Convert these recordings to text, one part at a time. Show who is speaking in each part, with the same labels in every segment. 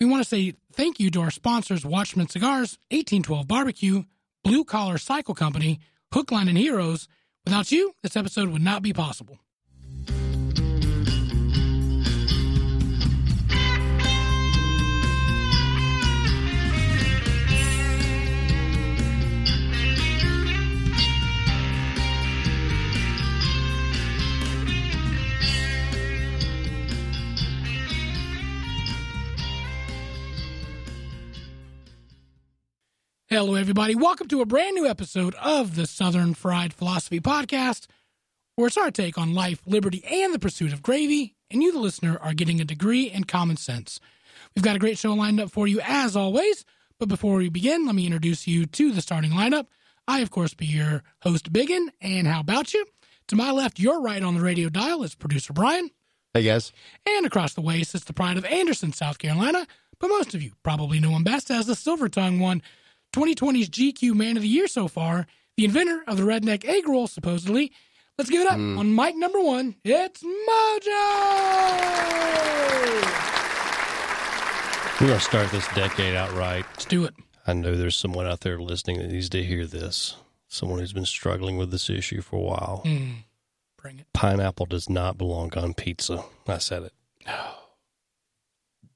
Speaker 1: to say thank you to our sponsors, Watchman Cigars, 1812 Barbecue, Blue Collar Cycle Company, Hook, Line, and Heroes. Without you, this episode would not be possible. Hello, everybody. Welcome to a brand new episode of the Southern Fried Philosophy Podcast, where it's our take on life, liberty, and the pursuit of gravy. And you, the listener, are getting a degree in common sense. We've got a great show lined up for you, as always. But before we begin, let me introduce you to the starting lineup. I, of course, be your host, Biggin. And how about you? To my left, your right on the radio dial is producer Brian.
Speaker 2: Hey guys,
Speaker 1: And across the way sits the pride of Anderson, South Carolina, but most of you probably know him best as the Silver Tongue one, 2020's GQ Man of the Year so far, the inventor of the redneck egg roll, supposedly. Let's give it up on mic number one. It's Mojo.
Speaker 3: We're going to start this decade out right.
Speaker 1: Let's do it.
Speaker 3: I know there's someone out there listening that needs to hear this. Someone who's been struggling with this issue for a while.
Speaker 1: Mm. Bring it.
Speaker 3: Pineapple does not belong on pizza. I said it.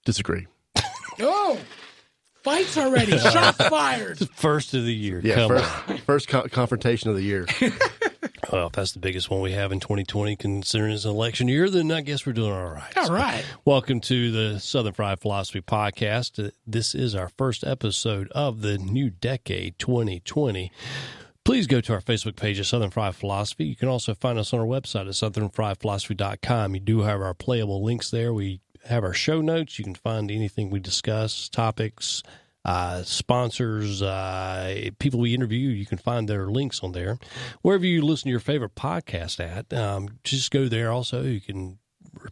Speaker 2: disagree.
Speaker 1: Oh, fights already. Shot fired.
Speaker 3: First of the year.
Speaker 2: Yeah,
Speaker 3: Come
Speaker 2: first first co- confrontation of the year.
Speaker 3: on. Well, if that's the biggest one we have in 2020, considering it's an election year, then I guess we're doing all right.
Speaker 1: All right.
Speaker 3: Welcome to the Southern Fried Philosophy Podcast. Uh, This is our first episode of the new decade, 2020. Please go to our Facebook page at Southern Fried Philosophy. You can also find us on our website at southernfriedphilosophy.com. You do have our playable links there. We have our show notes. You can find anything we discuss, topics, uh, sponsors, uh, people we interview. You can find their links on there. Wherever you listen to your favorite podcast at, um, just go there also. You can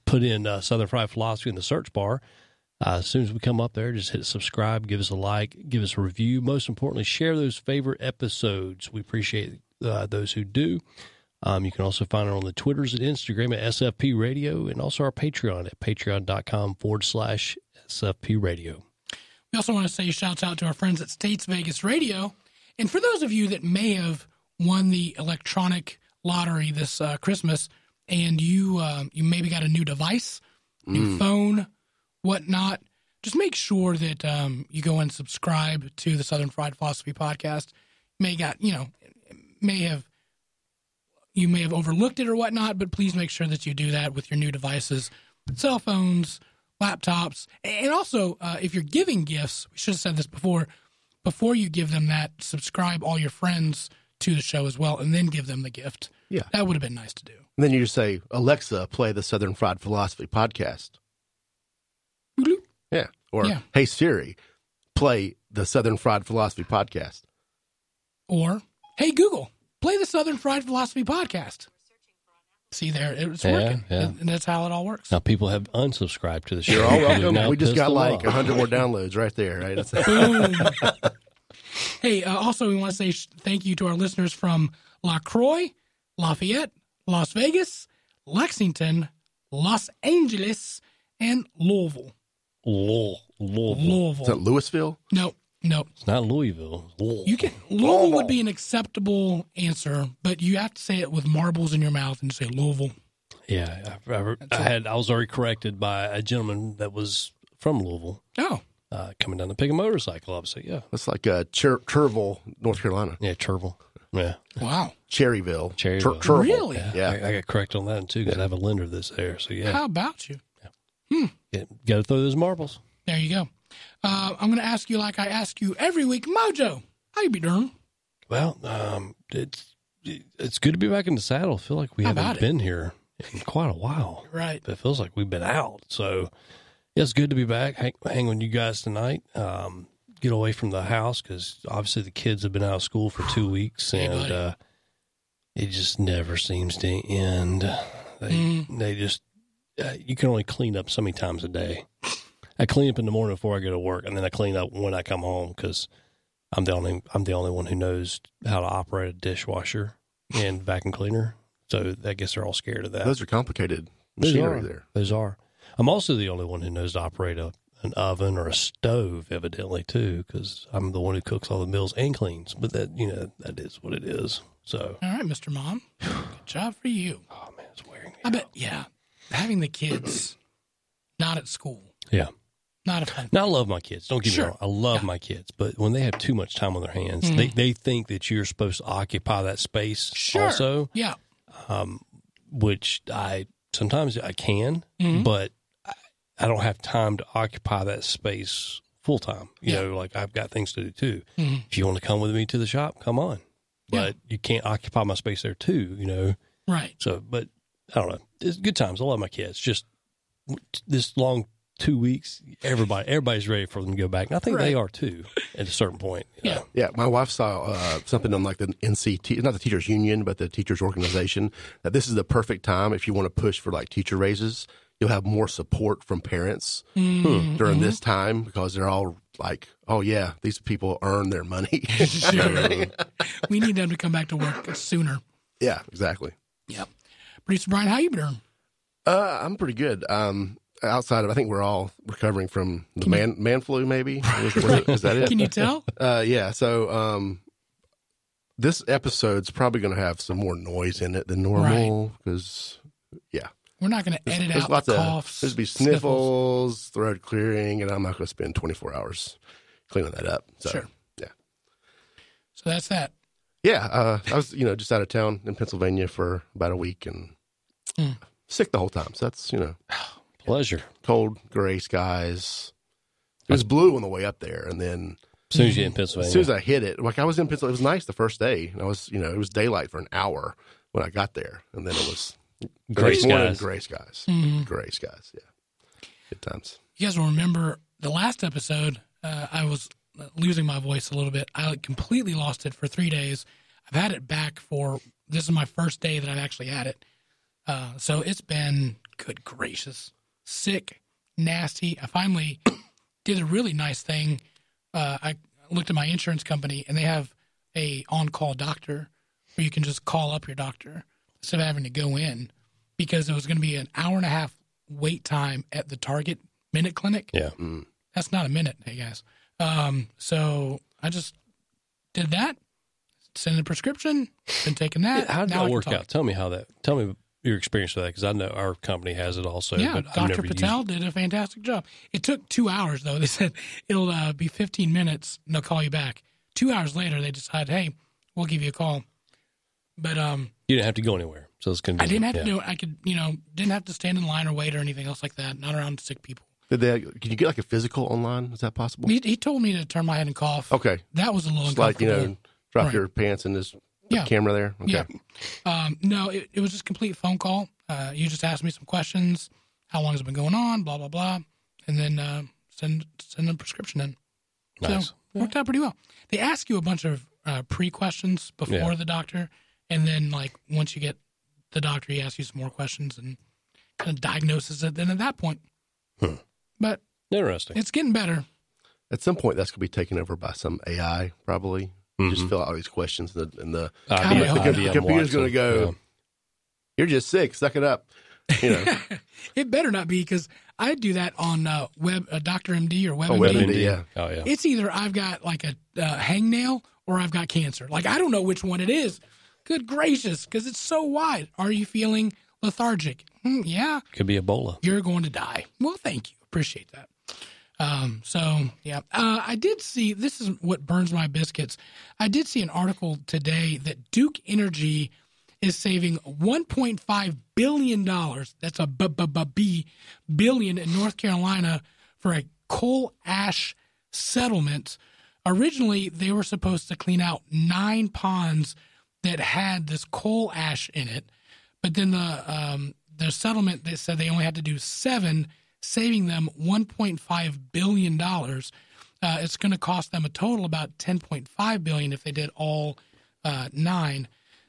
Speaker 3: put in uh, Southern Fried Philosophy in the search bar. Uh, as soon as we come up there, just hit subscribe, give us a like, give us a review. Most importantly, share those favorite episodes. We appreciate uh, those who do. Um, you can also find it on the Twitters and Instagram at SFP Radio and also our Patreon at patreon.com forward slash SFP Radio.
Speaker 1: We also want to say shouts out to our friends at States Vegas Radio. And for those of you that may have won the electronic lottery this uh, Christmas and you um, you maybe got a new device, new phone, whatnot, just make sure that um, you go and subscribe to the Southern Fried Philosophy podcast. May got you know may have you may have overlooked it or whatnot, but please make sure that you do that with your new devices, cell phones, laptops, and also uh, if you're giving gifts, we should have said this before. Before you give them that, subscribe all your friends to the show as well, and then give them the gift.
Speaker 2: Yeah.
Speaker 1: that would have been nice to do.
Speaker 2: And then you just say, Alexa, play the Southern Fried Philosophy podcast.
Speaker 1: Bloop.
Speaker 2: Yeah. Or
Speaker 1: Yeah.
Speaker 2: Hey Siri, play the Southern Fried Philosophy podcast.
Speaker 1: Or hey Google, play the Southern Fried Philosophy podcast. See there, it's
Speaker 3: Yeah,
Speaker 1: working,
Speaker 3: yeah.
Speaker 1: and that's how it all works.
Speaker 3: Now, people have unsubscribed to the show.
Speaker 2: You're all
Speaker 3: We've now
Speaker 2: welcome. We just
Speaker 3: pissed
Speaker 2: got
Speaker 3: them
Speaker 2: like
Speaker 3: off.
Speaker 2: hundred more downloads right there. Right. That's-
Speaker 1: Boom. hey, uh, also, we want to say sh- thank you to our listeners from La Croix, Lafayette, Las Vegas, Lexington, Los Angeles, and Louisville.
Speaker 3: Lul- Louisville.
Speaker 2: Is that
Speaker 1: Louisville.
Speaker 2: Louisville?
Speaker 1: No, no.
Speaker 3: It's not Louisville. It's Lul.
Speaker 1: You can Louisville would be an acceptable answer, but you have to say it with marbles in your mouth and say Louisville.
Speaker 3: Yeah, I, I, I had. I was already corrected by a gentleman that was from Louisville,
Speaker 1: Oh,
Speaker 3: uh, coming down to pick a motorcycle. Obviously, yeah,
Speaker 2: That's like uh, Cher- Turville, North Carolina.
Speaker 3: yeah, Turville. Yeah,
Speaker 1: wow.
Speaker 2: Cherryville. Tur-
Speaker 3: Cherryville.
Speaker 2: Turville.
Speaker 1: Really?
Speaker 2: Yeah.
Speaker 3: I, I got corrected on that too because I have a lender that's there. So yeah,
Speaker 1: How about you?
Speaker 3: got to throw those marbles.
Speaker 1: There you go. Uh, I'm going to ask you like I ask you every week, Mojo. How you be doing?
Speaker 3: Well, um, it's it's good to be back in the saddle. I feel like we
Speaker 1: How about
Speaker 3: haven't
Speaker 1: it?
Speaker 3: been here in quite a while.
Speaker 1: Right.
Speaker 3: It feels like we've been out. So yeah, it's good to be back. Hang, hang with you guys tonight. Um, get away from the house because obviously the kids have been out of school for two weeks,
Speaker 1: Hey,
Speaker 3: and
Speaker 1: buddy.
Speaker 3: uh, it just never seems to end. They
Speaker 1: Mm-hmm.
Speaker 3: they just uh, you can only clean up so many times a day. I clean up in the morning before I go to work, and then I clean up when I come home because I'm the only I'm the only one who knows how to operate a dishwasher and vacuum cleaner. So I guess they're all scared of that.
Speaker 2: Those are complicated
Speaker 3: Those
Speaker 2: machinery
Speaker 3: are.
Speaker 2: there.
Speaker 3: Those are. I'm also the only one who knows to operate a, an oven or a stove, evidently too, because I'm the one who cooks all the meals and cleans. But that you know that is what it is. So
Speaker 1: All right, Mr. Mom. Good job for you.
Speaker 3: oh man, it's wearing me.
Speaker 1: I bet, yeah, having the kids not at school,
Speaker 3: Yeah.
Speaker 1: not a fun.
Speaker 3: Now I love my kids. Don't get
Speaker 1: Sure.
Speaker 3: me wrong. I love my kids, but when they have too much time on their hands, they they think that you're supposed to occupy that space. Also,
Speaker 1: yeah,
Speaker 3: which I sometimes I can,
Speaker 1: Mhm.
Speaker 3: but I, I don't have time to occupy that space full time. You
Speaker 1: Yeah.
Speaker 3: know, like I've got things to do too.
Speaker 1: Mhm.
Speaker 3: If you want to come with me to the shop, come on.
Speaker 1: Yeah.
Speaker 3: But you can't occupy my space there too. You know,
Speaker 1: right.
Speaker 3: so but I don't know. It's good times. I love my kids. Just w- this long two weeks, everybody everybody's ready for them to go back. And I think they are too at a certain point. Uh, you
Speaker 1: Yeah.
Speaker 3: know.
Speaker 2: Yeah, my wife saw uh, something on like the NCT, not the teachers union, but the teachers organization. That this is the perfect time if you want to push for like teacher raises. You'll have more support from parents
Speaker 1: Mm,
Speaker 2: hmm, during
Speaker 1: mm-hmm.
Speaker 2: this time because they're all like, "Oh yeah, these people earn their money."
Speaker 1: Sure. we need them to come back to work sooner.
Speaker 2: yeah, exactly.
Speaker 1: Yep. Producer Brian, how you been? doing?
Speaker 2: Uh, I'm pretty good. Um, outside of, I think we're all recovering from the man man flu. Maybe was, was it, is that it?
Speaker 1: Can you tell?
Speaker 2: Uh, yeah. So, um, this episode's probably going to have some more noise in it than normal because, yeah,
Speaker 1: We're not going to edit
Speaker 2: there's
Speaker 1: out
Speaker 2: lots
Speaker 1: the
Speaker 2: of
Speaker 1: coughs.
Speaker 2: there's be sniffles, throat clearing, and I'm not going to spend 24 hours cleaning that up. So,
Speaker 1: Sure.
Speaker 2: yeah,
Speaker 1: So that's that.
Speaker 2: yeah. Uh, I was you know just out of town in Pennsylvania for about a week and
Speaker 1: Mm.
Speaker 2: sick the whole time. So that's you know
Speaker 3: Pleasure.
Speaker 2: cold gray skies. It was blue on the way up there, and then
Speaker 3: As soon as you get in
Speaker 2: As
Speaker 3: Pennsylvania.
Speaker 2: soon as I hit it, like I was in Pennsylvania, it was nice the first day. And I was, you know, it was daylight for an hour when I got there, and then it was the
Speaker 3: Gray
Speaker 2: next morning,
Speaker 3: skies.
Speaker 2: gray skies, gray skies. Yeah, good times.
Speaker 1: You guys will remember the last episode. Uh, I was losing my voice a little bit. I like, completely lost it for three days. I've had it back for this is my first day that I've actually had it. Uh, so it's been good gracious, sick, nasty. I finally did a really nice thing. Uh, I looked at my insurance company, and they have a on-call doctor where you can just call up your doctor instead of having to go in because it was going to be an hour and a half wait time at the Target Minute Clinic.
Speaker 3: yeah.
Speaker 1: That's not a minute, hey guys. Um, so I just did that. Sent a prescription. Been taking that.
Speaker 3: How did
Speaker 1: Now I
Speaker 3: that
Speaker 1: can
Speaker 3: work
Speaker 1: talk.
Speaker 3: out? Tell me how that. Tell me your experience with that because I know our company has it also.
Speaker 1: Yeah,
Speaker 3: but I've
Speaker 1: Dr.
Speaker 3: never used
Speaker 1: Patel did a fantastic job. It took two hours, though. They said it'll uh, be 15 minutes and they'll call you back. Two hours later, they decided, hey, we'll give you a call. But um,
Speaker 3: it. You didn't have to go anywhere, so it's
Speaker 1: I
Speaker 3: convenient.
Speaker 1: didn't have
Speaker 3: Yeah.
Speaker 1: to do it. I could, you know, didn't have to stand in line or wait or anything else like that, not around sick people.
Speaker 2: Did they? Can you get like a physical online? Is that possible?
Speaker 1: He, he told me to turn my head and cough.
Speaker 2: Okay,
Speaker 1: That was a little
Speaker 2: just like you
Speaker 1: uncomfortable.
Speaker 2: know, drop
Speaker 1: Right.
Speaker 2: your pants and just put
Speaker 1: Yeah.
Speaker 2: the camera there. Okay.
Speaker 1: Yeah. Um, no, it, it was just a complete phone call. Uh, you just asked me some questions, how long has it been going on, blah blah blah, and then uh, send send a prescription in.
Speaker 3: Nice.
Speaker 1: So worked out pretty well. They ask you a bunch of uh, pre questions before
Speaker 3: Yeah.
Speaker 1: the doctor, and then like once you get the doctor, he asks you some more questions and kind of diagnoses it. Then at that point,
Speaker 3: Hmm.
Speaker 1: but
Speaker 3: Interesting.
Speaker 1: it's getting better.
Speaker 2: At some point, that's going to be taken over by some AI, probably. Just
Speaker 3: Mhm.
Speaker 2: fill out all these questions, and the, and the
Speaker 1: I
Speaker 3: IBM,
Speaker 1: hope not.
Speaker 3: IBM
Speaker 2: Computer's gonna
Speaker 3: Watson.
Speaker 2: go-
Speaker 3: Yeah.
Speaker 2: you're just sick. Suck it up. You know,
Speaker 1: It better not be because I do that on uh, web uh, Doctor MD or
Speaker 2: Oh,
Speaker 1: WebMD.
Speaker 2: WebMD. Yeah.
Speaker 3: Oh yeah.
Speaker 1: it's either I've got like a uh, hangnail or I've got cancer. Like I don't know which one it is. Good gracious, because it's so wide. Are you feeling lethargic? Hmm, yeah,
Speaker 3: Could be Ebola.
Speaker 1: you're going to die. Well, thank you, appreciate that. Um, so yeah, uh, I did see this is what burns my biscuits. I did see an article today that Duke Energy is saving 1.5 billion dollars. That's a b b b b billion in North Carolina for a coal ash settlement. Originally, they were supposed to clean out nine ponds that had this coal ash in it, but then the um, the settlement they said they only had to do seven, saving them 1.5 billion dollars. Uh, it's going to cost them a total about 10.5 billion if they did all uh, nine.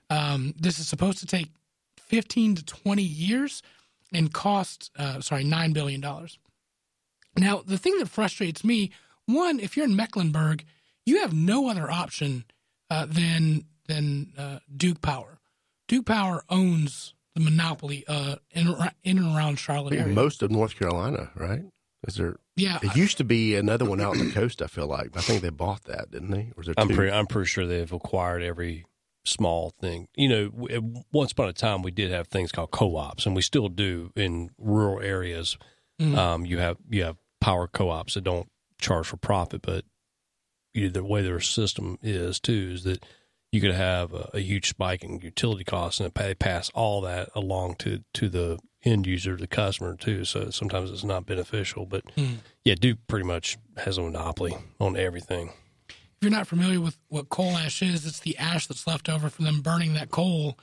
Speaker 1: Um, this is supposed to take 15 to 20 years and cost uh, sorry nine billion dollars. Now, the thing that frustrates me, one, if you're in Mecklenburg, you have no other option uh, than than uh, Duke Power. Duke Power owns the monopoly uh, in, ar- in and around Charlotte
Speaker 2: I think
Speaker 1: area.
Speaker 2: most of North Carolina, right? Is there?
Speaker 1: Yeah.
Speaker 2: It used to be another one out on the coast. I feel like I think they bought that, didn't they? Or is there
Speaker 3: I'm
Speaker 2: two?
Speaker 3: pretty I'm pretty sure they've acquired every small thing. You know, w- once upon a time we did have things called co-ops, and we still do in rural areas.
Speaker 1: Mhm.
Speaker 3: Um, you have you have power co-ops that don't charge for profit, but you, the way their system is too is that you could have a, a huge spike in utility costs, and they pass all that along to to the end user, the customer too. So sometimes it's not beneficial, but
Speaker 1: Mhm.
Speaker 3: yeah, Duke pretty much has a monopoly on everything.
Speaker 1: if you're not familiar with what coal ash is, it's the ash that's left over from them burning that coal.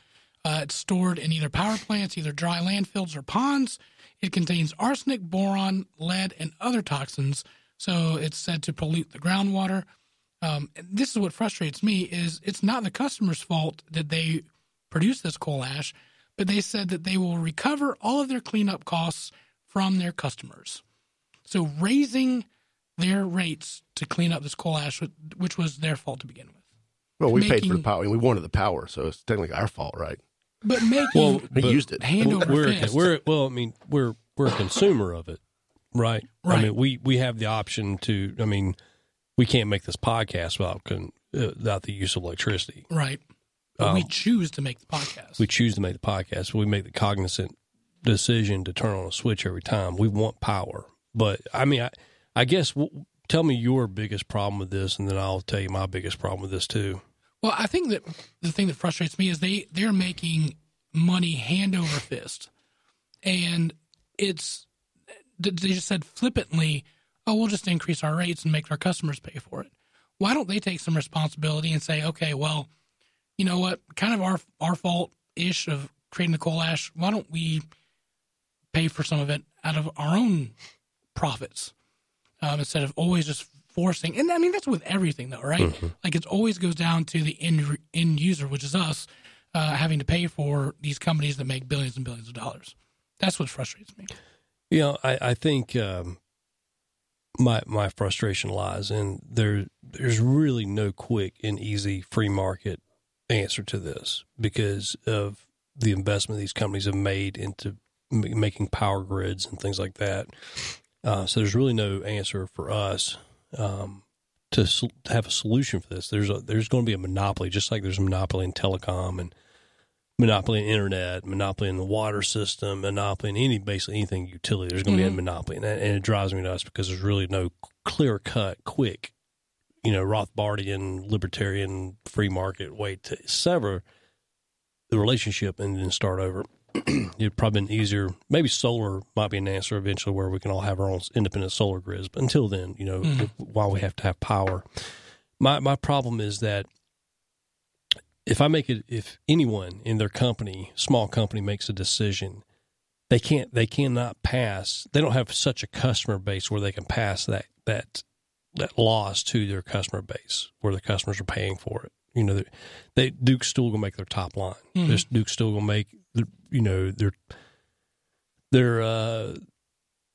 Speaker 1: Uh, it's stored in either power plants, either dry landfills or ponds. It contains arsenic, boron, lead, and other toxins, so it's said to pollute the groundwater. Um, and this is what frustrates me: is it's not the customer's fault that they produce this coal ash, but they said that they will recover all of their cleanup costs from their customers. So raising their rates to clean up this coal ash, wh- which was their fault to begin with.
Speaker 2: Well, we paid for the
Speaker 1: making-
Speaker 2: power. We wanted the power, so it's technically our fault, right?
Speaker 1: But making
Speaker 3: Well,
Speaker 2: We
Speaker 3: But-
Speaker 2: used it.
Speaker 1: hand
Speaker 3: Well,
Speaker 1: over
Speaker 3: we're,
Speaker 1: fist.
Speaker 3: we're well. I mean, we're we're a consumer of it, right? I
Speaker 1: Right.
Speaker 3: mean, we we have the option to. I mean, we can't make this podcast without con, uh, without the use of electricity.
Speaker 1: right. But we
Speaker 3: Um,
Speaker 1: choose to make the podcast.
Speaker 3: We choose to make the podcast, but we make the cognizant decision to turn on a switch every time. We want power, but I mean, I I guess w- tell me your biggest problem with this, and then I'll tell you my biggest problem with this too.
Speaker 1: well, I think that the thing that frustrates me is they they're making money hand over fist, and it's they just said flippantly, "Oh, we'll just increase our rates and make our customers pay for it." Why don't they take some responsibility and say, "Okay, well, you know what? Kind of our our fault ish of creating the coal ash. Why don't we pay for some of it out of our own profits um, instead of always just forcing?" And I mean, that's with everything, though, right? Like it always goes down to the end end user, which is us, uh, having to pay for these companies that make billions and billions of dollars. That's what frustrates me.
Speaker 3: You know, I, I think um, my my frustration lies in there. There's really no quick and easy free market answer to this because of the investment these companies have made into m- making power grids and things like that. Uh, so there's really no answer for us um, to, sol- to have a solution for this. There's a, there's going to be a monopoly, just like there's a monopoly in telecom and monopoly in internet, monopoly in the water system, monopoly in any basically anything utility. There's going to be a monopoly, and, that, and it drives me nuts because there's really no clear cut, quick, you know, Rothbardian, libertarian, free market way to sever the relationship and then start over. It'd probably been easier. Maybe solar might be an answer eventually, where we can all have our own independent solar grids. But until then, you know, while we have to have power, my my problem is that if I make it, if anyone in their company, small company, makes a decision, they can't, they cannot pass. They don't have such a customer base where they can pass that that that loss to their customer base, where the customers are paying for it. You know, they, they Duke's still gonna make their top line.
Speaker 1: Mhm.
Speaker 3: This Duke's still gonna make, the, you know, their their uh,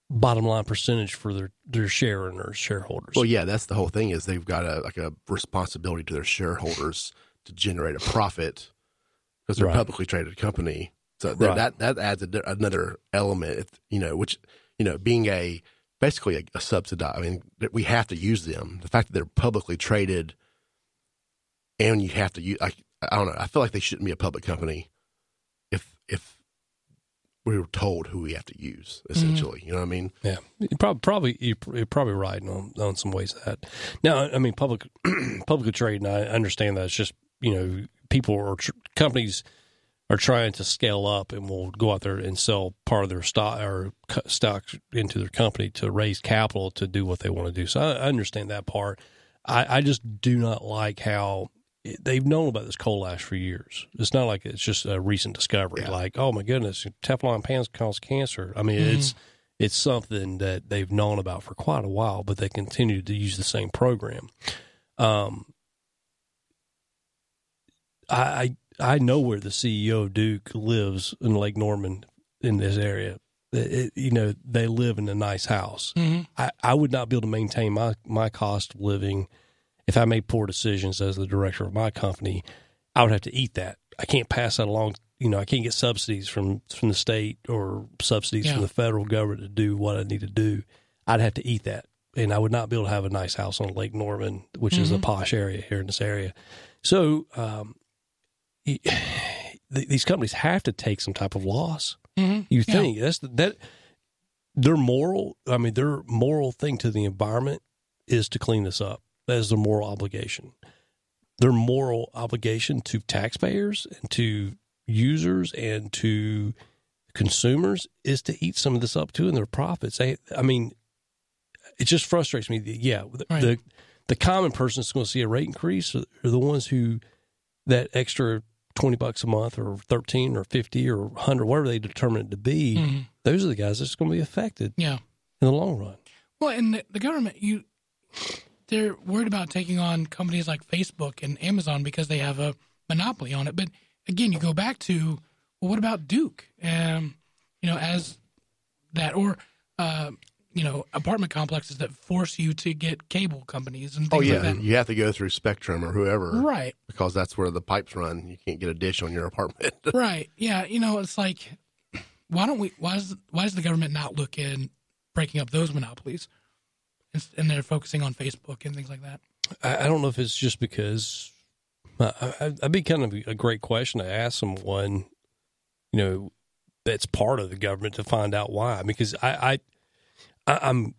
Speaker 3: bottom line percentage for their their share owners, shareholders.
Speaker 2: Well, yeah, that's the whole thing is they've got a like a responsibility to their shareholders to generate a profit because they're
Speaker 3: Right.
Speaker 2: a publicly traded company. So th-
Speaker 3: Right.
Speaker 2: that that adds a, another element, it- you know, which you know, being a basically a, a subsidized. I mean, that we have to use them. The fact that they're publicly traded, and you have to use. I, I don't know. I feel like they shouldn't be a public company if if we were told who we have to use. Essentially, you know what I mean?
Speaker 3: Yeah, you probably probably you're pr- you're probably right on on some ways of that. Now, I mean, public publicly trading, I understand that it's just you know people or tr- companies are trying to scale up and will go out there and sell part of their stock or co- stocks into their company to raise capital to do what they want to do. So I, I understand that part. I, I just do not like how it- they've known about this coal ash for years. It's not like it's just a recent discovery.
Speaker 2: Yeah.
Speaker 3: Like, oh my goodness, Teflon pans cause cancer. I mean, it's it's something that they've known about for quite a while, but they continue to use the same program. Um, I I I know where the CEO of Duke lives in Lake Norman in this area. It- it- you know, they live in a nice house.
Speaker 1: Mhm.
Speaker 3: I, I would not be able to maintain my, my cost of living if I made poor decisions as the director of my company. I would have to eat that. I can't pass that along. You know, I can't get subsidies from from the state or subsidies
Speaker 1: Yeah.
Speaker 3: from the federal government to do what I need to do. I'd have to eat that. And I would not be able to have a nice house on Lake Norman, which is a posh area here in this area. So um, y- th- these companies have to take some type of loss.
Speaker 1: Mhm.
Speaker 3: You
Speaker 1: Yeah.
Speaker 3: think that's the, that their moral. I mean, their moral thing to the environment is to clean this up. That is their moral obligation. Their moral obligation to taxpayers and to users and to consumers is to eat some of this up too in their profits. They, I mean, it just frustrates me. that, Yeah, the,
Speaker 1: Right.
Speaker 3: the the common person that's going to see a rate increase are, are the ones who that extra twenty bucks a month or thirteen or fifty or hundred, whatever they determine it to be.
Speaker 1: Mhm.
Speaker 3: Those are the guys that's going to be affected
Speaker 1: Yeah.
Speaker 3: in the long run.
Speaker 1: Well, and the, the government, you, they're worried about taking on companies like Facebook and Amazon because they have a monopoly on it. But again, you go back to, well, what about Duke? Um, you know, as that, or uh, you know, apartment complexes that force you to get cable companies and
Speaker 2: Oh
Speaker 1: things
Speaker 2: yeah,
Speaker 1: like that.
Speaker 2: you have to go through Spectrum or whoever,
Speaker 1: Right,
Speaker 2: Because that's where the pipes run. You can't get a dish on your apartment.
Speaker 1: right, yeah. You know, it's like, why don't we? Why does why does the government not look in breaking up those monopolies? And, and they're focusing on Facebook and things like that.
Speaker 3: I, I don't know if it's just because I, I, that'd be kind of a great question to ask someone, you know, that's part of the government to find out why. Because I, I, I I'm,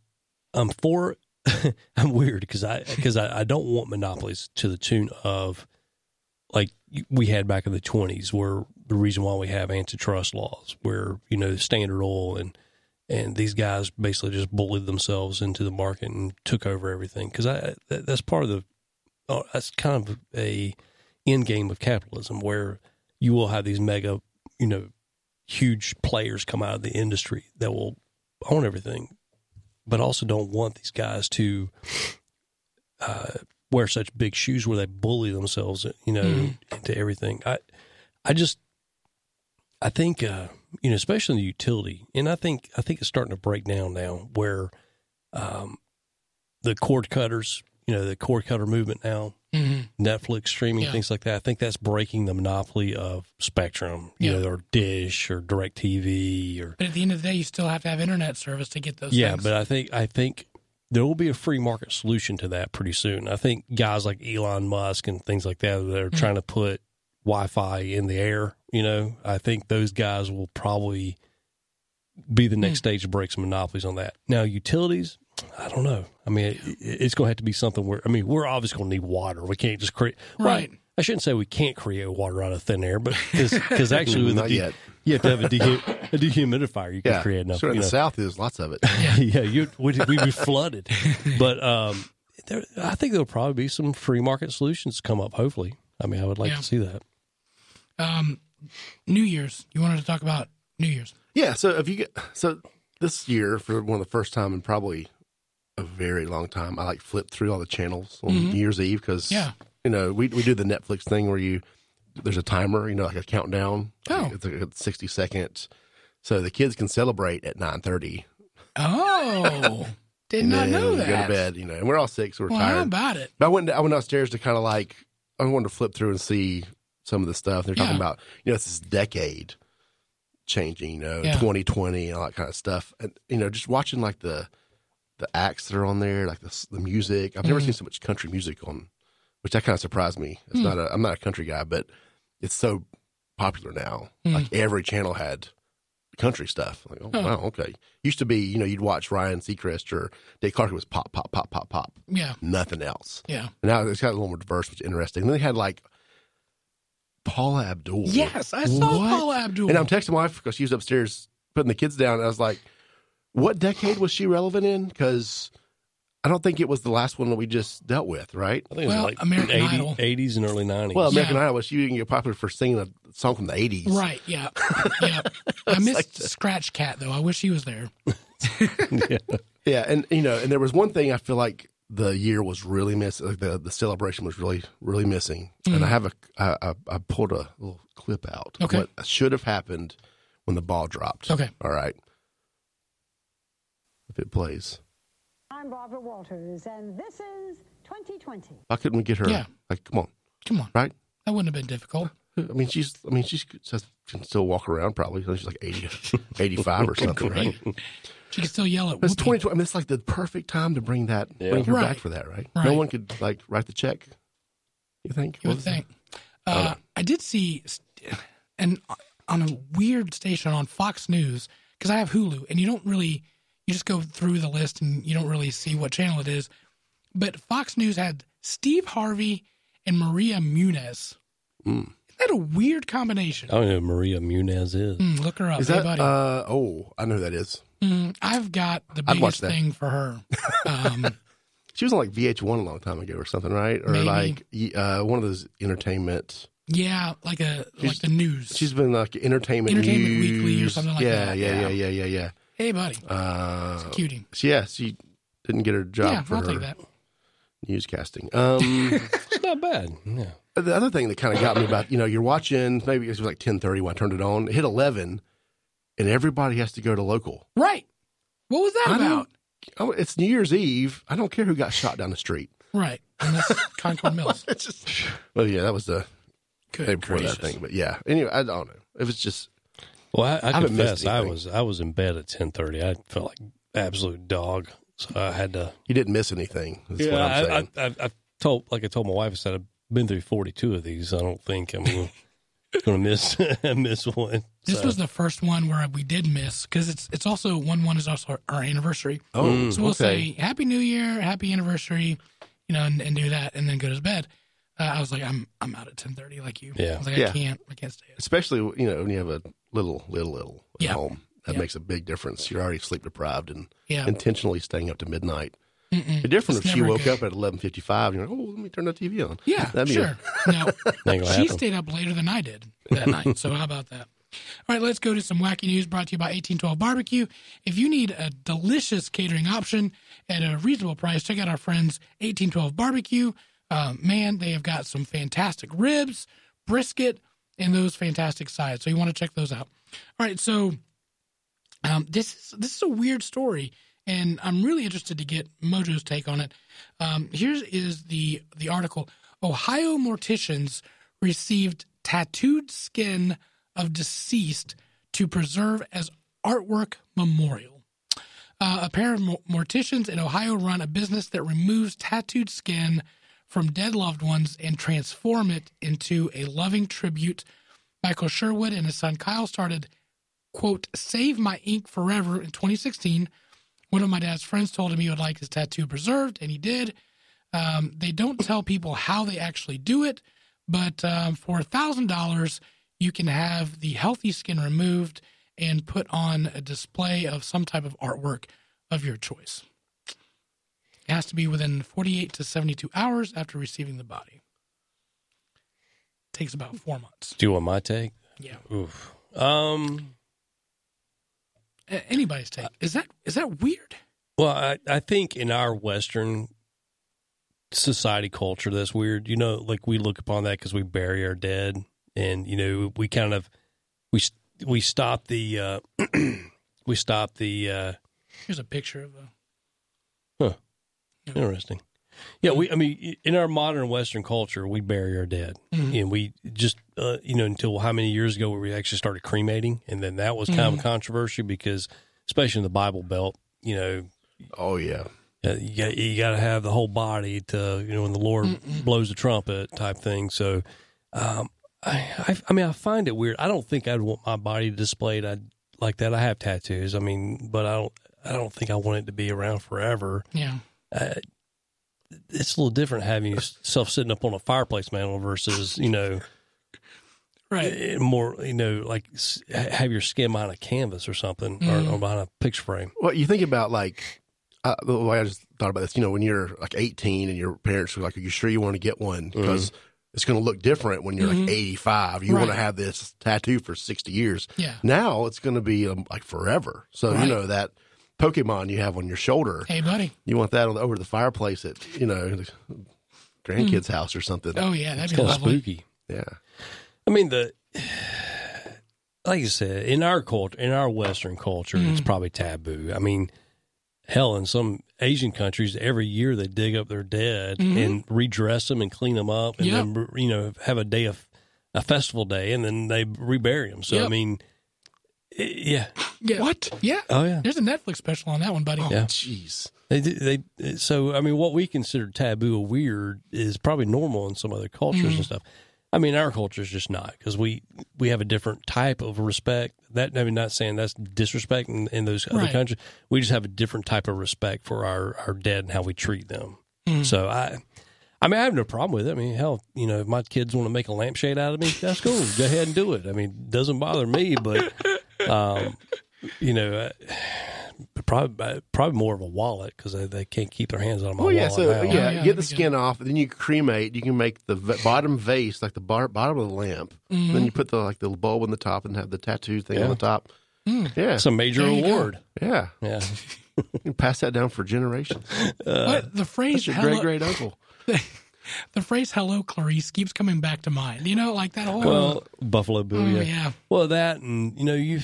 Speaker 3: I'm for, I'm weird because I because I, I don't want monopolies to the tune of like we had back in the 20s where the reason why we have antitrust laws where you know standard oil and and these guys basically just bullied themselves into the market and took over everything because I that, that's part of the oh, that's kind of a end game of capitalism where you will have these mega you know huge players come out of the industry that will own everything but also don't want these guys to uh, wear such big shoes where they bully themselves you know
Speaker 1: Mhm.
Speaker 3: into everything I I just I think uh, you know, especially in the utility, and I think I think it's starting to break down now where um, the cord cutters, you know, the cord cutter movement now,
Speaker 1: Mm-hmm.
Speaker 3: Netflix streaming,
Speaker 1: Yeah.
Speaker 3: things like that. I think that's breaking the monopoly of Spectrum, you
Speaker 1: Yeah.
Speaker 3: know, or Dish or DirecTV or
Speaker 1: But at the end of the day, you still have to have internet service to get those.
Speaker 3: yeah.
Speaker 1: things.
Speaker 3: But I think I think there will be a free market solution to that pretty soon. I think guys like Elon Musk and things like that that are
Speaker 1: Mm-hmm.
Speaker 3: trying to put Wi-Fi in the air, you know, I think those guys will probably be the next
Speaker 1: Hmm.
Speaker 3: stage to break some monopolies on that. Now utilities, I don't know. I mean, it, it's going to have to be something where I mean, we're obviously going to need water. We can't just create well,
Speaker 1: Right.
Speaker 3: I shouldn't say we can't create water out of thin air, but because actually, with a
Speaker 2: Not
Speaker 3: de-
Speaker 2: yet.
Speaker 3: you have to have a, dehu- a dehumidifier. You can
Speaker 2: Yeah,
Speaker 3: create enough.
Speaker 2: sure. In
Speaker 3: you
Speaker 2: the
Speaker 3: know
Speaker 2: South, there's lots of it.
Speaker 3: yeah, you we'd, we'd be flooded. But um, there, I think there'll probably be some free market solutions come up. Hopefully, I mean, I would like
Speaker 1: Yeah.
Speaker 3: to see that.
Speaker 1: um, New Year's. You wanted to talk about New Year's.
Speaker 2: Yeah. So if you get so this year for one of the first time in probably a very long time, I like flipped through all the channels on New Year's Eve because
Speaker 1: Mm-hmm. Yeah.
Speaker 2: you know we we do the Netflix thing where you there's a timer, you know, like a countdown.
Speaker 1: Oh.
Speaker 2: Like, it's a sixty second. So the kids can celebrate at nine thirty.
Speaker 1: Oh, did
Speaker 2: And
Speaker 1: not
Speaker 2: then
Speaker 1: know
Speaker 2: we
Speaker 1: that.
Speaker 2: Go to bed, you know, and we're all sick, so we're
Speaker 1: Well, how
Speaker 2: tired.
Speaker 1: about it?
Speaker 2: But I went I went downstairs to kind of like I wanted to flip through and see some of the stuff they're talking
Speaker 1: Yeah.
Speaker 2: about. You know, it's this decade changing. You know,
Speaker 1: Yeah.
Speaker 2: 2020 and all that kind of stuff. And you know, just watching like the the acts that are on there, like the s- the music. I've never
Speaker 1: Mm-hmm.
Speaker 2: seen so much country music on, which that kind of surprised me.
Speaker 1: Hmm.
Speaker 2: It's not a I'm not a country guy, but it's so popular now. Like every channel had country stuff. Like, oh,
Speaker 1: Hmm. Huh.
Speaker 2: wow, okay. Used to be, you know, you'd watch Ryan Seacrest or Dick Clark. It was pop, pop, pop, pop, pop.
Speaker 1: Yeah,
Speaker 2: Nothing else.
Speaker 1: yeah.
Speaker 2: And now it's got a little more diverse, which is interesting. Then they had like Paula Abdul.
Speaker 1: Yes, I saw
Speaker 2: What?
Speaker 1: Paula Abdul.
Speaker 2: And I'm texting my wife because she was upstairs putting the kids down. And I was like, what decade was she relevant in? Because I don't think it was the last one that we just dealt with, right?
Speaker 3: I think
Speaker 1: Well,
Speaker 3: it's like
Speaker 1: American Idol.
Speaker 3: 80s and early 90s.
Speaker 2: Well, American
Speaker 1: Yeah.
Speaker 2: Idol was she didn't get popular for singing a song from the 80s.
Speaker 1: right. Yeah, yeah. I missed Scratch Cat though. I wish he was there.
Speaker 2: Yeah, and you know, and there was one thing I feel like the year was really missing. Like the the celebration was really really missing. And I have a I, I, I pulled a little clip out. of
Speaker 1: Mm. Okay.
Speaker 2: what should have happened when the ball dropped.
Speaker 1: Okay.
Speaker 2: all right. If it plays,
Speaker 4: I'm Barbara Walters, and this is 2020.
Speaker 2: why couldn't we get her?
Speaker 1: Yeah.
Speaker 2: Like, come on,
Speaker 1: Come on,
Speaker 2: right?
Speaker 1: that wouldn't have been difficult.
Speaker 2: I mean, she's. I mean, she's she's- can still walk around. Probably she's like 80, 85 or something, right?
Speaker 1: She can still yell at
Speaker 2: That's
Speaker 1: Whoopi.
Speaker 2: twenty twenty. I mean, it's like the perfect time to bring that,
Speaker 5: Yeah.
Speaker 2: bring her
Speaker 1: Right.
Speaker 2: back for that, right? No
Speaker 1: Right.
Speaker 2: one could like write the check. You think?
Speaker 1: You
Speaker 2: What
Speaker 1: would
Speaker 2: was that?
Speaker 1: think. Uh, I did see, st- and on a weird station on Fox News because I have Hulu, and you don't really, you just go through the list and you don't really see what channel it is. But Fox News had Steve Harvey and Maria Munez.
Speaker 2: Mm.
Speaker 1: Isn't that a weird combination?
Speaker 3: I don't know who Maria Munez is.
Speaker 1: Mm, look her up,
Speaker 2: Oh. Is
Speaker 1: hey,
Speaker 2: that?
Speaker 1: buddy.
Speaker 2: Uh, oh, I know who that is.
Speaker 1: Mm, I've got the
Speaker 2: I'd
Speaker 1: biggest
Speaker 2: watch that.
Speaker 1: thing for her. Um,
Speaker 2: She was on like VH1 a long time ago or something, right? Or
Speaker 1: Maybe.
Speaker 2: like y- uh, one of those entertainment.
Speaker 1: yeah, like a like
Speaker 2: She's-
Speaker 1: the news.
Speaker 2: She's been like entertainment,
Speaker 1: Entertainment
Speaker 2: news.
Speaker 1: Weekly or something like
Speaker 2: yeah,
Speaker 1: that.
Speaker 2: Yeah, yeah, yeah, yeah, yeah,
Speaker 1: hey, buddy,
Speaker 2: yeah. Uh,
Speaker 1: cutie.
Speaker 2: so yeah, she didn't get her job
Speaker 1: Yeah,
Speaker 2: for
Speaker 1: I'll
Speaker 2: her
Speaker 1: take that.
Speaker 2: newscasting. Um,
Speaker 3: It's not bad. Yeah.
Speaker 2: the other thing that kind of got me about you know you're watching maybe it was like 10:30 when I turned it on, it hit 11, and everybody has to go to local.
Speaker 1: Right. What was that
Speaker 2: I
Speaker 1: about?
Speaker 2: don't- Oh, it's New Year's Eve. I don't care who got shot down the street.
Speaker 1: Right. And that's Concord Mills.
Speaker 2: It's just, well, yeah, that was the
Speaker 1: Good
Speaker 2: day before
Speaker 1: gracious.
Speaker 2: that thing. But yeah, anyway, I don't know. It was just
Speaker 3: Well, I, I,
Speaker 2: I haven't missed
Speaker 3: confess, I
Speaker 2: anything.
Speaker 3: was I was in bed at ten thirty. I felt like absolute dog, so I had to.
Speaker 2: you didn't miss anything. That's what I'm
Speaker 3: I,
Speaker 2: saying.
Speaker 3: I, I, I told like I told my wife, I said I've been through forty two of these. I don't think I'm gonna, gonna miss miss one.
Speaker 1: This
Speaker 3: So,
Speaker 1: was the first one where we did miss because it's it's also one one is also our anniversary.
Speaker 2: oh,
Speaker 1: So we'll
Speaker 2: okay.
Speaker 1: say Happy New Year, Happy Anniversary, you know, and, and do that, and then go to bed. Uh, I was like, I'm I'm out at ten thirty, like you.
Speaker 3: Yeah.
Speaker 1: I was like, I
Speaker 2: Yeah.
Speaker 1: can't, I can't stay.
Speaker 2: Especially you know when you have a little, little, little at
Speaker 1: Yeah.
Speaker 2: home. That
Speaker 1: Yeah.
Speaker 2: makes a big difference. You're already sleep deprived and
Speaker 1: Yeah.
Speaker 2: intentionally staying up to midnight.
Speaker 1: Mm-mm.
Speaker 2: It'd be different
Speaker 1: It's
Speaker 2: if she
Speaker 1: never
Speaker 2: woke
Speaker 1: good.
Speaker 2: up at 11:55 and you're like, oh, let me turn the TV on.
Speaker 1: Yeah,
Speaker 2: That'd be
Speaker 1: sure. No,
Speaker 3: ain't gonna
Speaker 1: she
Speaker 3: happen.
Speaker 1: stayed up later than I did that night. So how about that? All right, let's go to some wacky news brought to you by 1812 Barbecue. If you need a delicious catering option at a reasonable price, check out our friends 1812 Barbecue. Uh, man, they have got some fantastic ribs, brisket, and those fantastic sides. So you want to check those out. All right, so um, this is this is a weird story, and I'm really interested to get Mojo's take on it. Um, here is the the article: Ohio morticians received tattooed skin of deceased to preserve as artwork memorial. Uh, a pair of mo- morticians in Ohio run a business that removes tattooed skin from dead loved ones and transform it into a loving tribute. Michael Sherwood and his son Kyle started quote, Save My Ink Forever in 2016. One of my dad's friends told him he would like his tattoo preserved, and he did. Um, they don't tell people how they actually do it, but um, for $1,000, you can have the healthy skin removed and put on a display of some type of artwork of your choice. It has to be within 48 to 72 hours after receiving the body. Takes about four months.
Speaker 3: Do you want my take?
Speaker 1: Yeah.
Speaker 3: Oof. Um.
Speaker 1: A- Anybody's take. Is that is that weird?
Speaker 3: Well, I, I think in our Western society culture, that's weird. You know, like we look upon that because we bury our dead, and you know, we kind of we we stop the uh, we stop the uh,
Speaker 1: Here's a picture of a.
Speaker 3: interesting. Yeah, we. I mean, in our modern Western culture, we bury our dead, and we just uh, you know until how many years ago where we actually started cremating, and then that was kind of a controversy because, especially in the Bible Belt, you know,
Speaker 2: Oh yeah.
Speaker 3: Uh, you got you got to have the whole body to you know when the Lord blows the trumpet type thing. So, um, I, I I mean I find it weird. I don't think I'd want my body displayed I like that. I have tattoos. I mean, but I don't I don't think I want it to be around forever.
Speaker 1: Yeah.
Speaker 3: It's a little different having yourself sitting up on a fireplace mantle versus you know
Speaker 1: Right.
Speaker 3: eh, more you know like s- ha- have your skin behind a canvas or something or, or behind a picture frame.
Speaker 2: Well, you think about like uh, the way I just thought about this. You know, when you're like 18 and your parents are like, "Are you sure you want to get one?" Because it's going to look different when you're like 85. You want
Speaker 1: Mm-hmm. Right.
Speaker 2: to have this tattoo for 60 years.
Speaker 1: Yeah.
Speaker 2: Now it's going to be um, like forever. So
Speaker 1: Right.
Speaker 2: you know that Pokemon you have on your shoulder,
Speaker 1: Hey, buddy.
Speaker 2: you want that on, over the fireplace at you know the grandkids' house or something.
Speaker 1: Mm. Oh yeah, that'd be
Speaker 3: Kind of
Speaker 1: lovely.
Speaker 3: spooky.
Speaker 2: Yeah.
Speaker 3: I mean the like you said in our culture, in our Western culture, it's probably taboo. I mean, hell, in some Asian countries, every year they dig up their dead and redress them and clean them up, and
Speaker 1: Yeah.
Speaker 3: then you know have a day of a festival day, and then they rebury them. So I
Speaker 1: Yep.
Speaker 3: mean, i- yeah,
Speaker 1: Yeah. What? Yeah.
Speaker 3: oh yeah,
Speaker 1: There's a Netflix special on that one, buddy.
Speaker 3: Yeah.
Speaker 2: Jeez.
Speaker 3: They do- they so I mean what we consider taboo or weird is probably normal in some other cultures and stuff. I mean our culture is just not because we we have a different type of respect. That I mean not saying that's disrespect in, in those other
Speaker 1: Right.
Speaker 3: countries. We just have a different type of respect for our our dead and how we treat them. So I. I mean, I have no problem with it. I mean, hell, you know, if my kids want to make a lampshade out of me, that's cool. Go ahead and do it. I mean, doesn't bother me, but, um, you know, uh, but probably uh, probably more of a wallet because they, they can't keep their hands on my
Speaker 2: Well, Oh, yeah.
Speaker 3: wallet.
Speaker 2: So yeah,
Speaker 3: now.
Speaker 1: Oh, Yeah, yeah,
Speaker 2: get the
Speaker 1: yeah.
Speaker 2: skin off, then you cremate. You can make the v- bottom vase like the bar- bottom of the lamp.
Speaker 1: Mm-hmm.
Speaker 2: Then you put the like the bulb on the top and have the tattoo thing
Speaker 3: Yeah.
Speaker 2: on the top.
Speaker 1: Hmm.
Speaker 2: Yeah,
Speaker 3: it's a major
Speaker 1: There you go.
Speaker 3: award.
Speaker 2: yeah.
Speaker 3: Yeah,
Speaker 2: You can pass that down for generations.
Speaker 3: Uh,
Speaker 1: But the phrase
Speaker 2: That's your
Speaker 1: hello,
Speaker 2: great great uncle.
Speaker 1: the phrase hello Clarice keeps coming back to mind. You know, like that whole
Speaker 3: well, Buffalo Bill.
Speaker 1: Mm,
Speaker 3: yeah.
Speaker 1: yeah.
Speaker 3: Well, that and you know you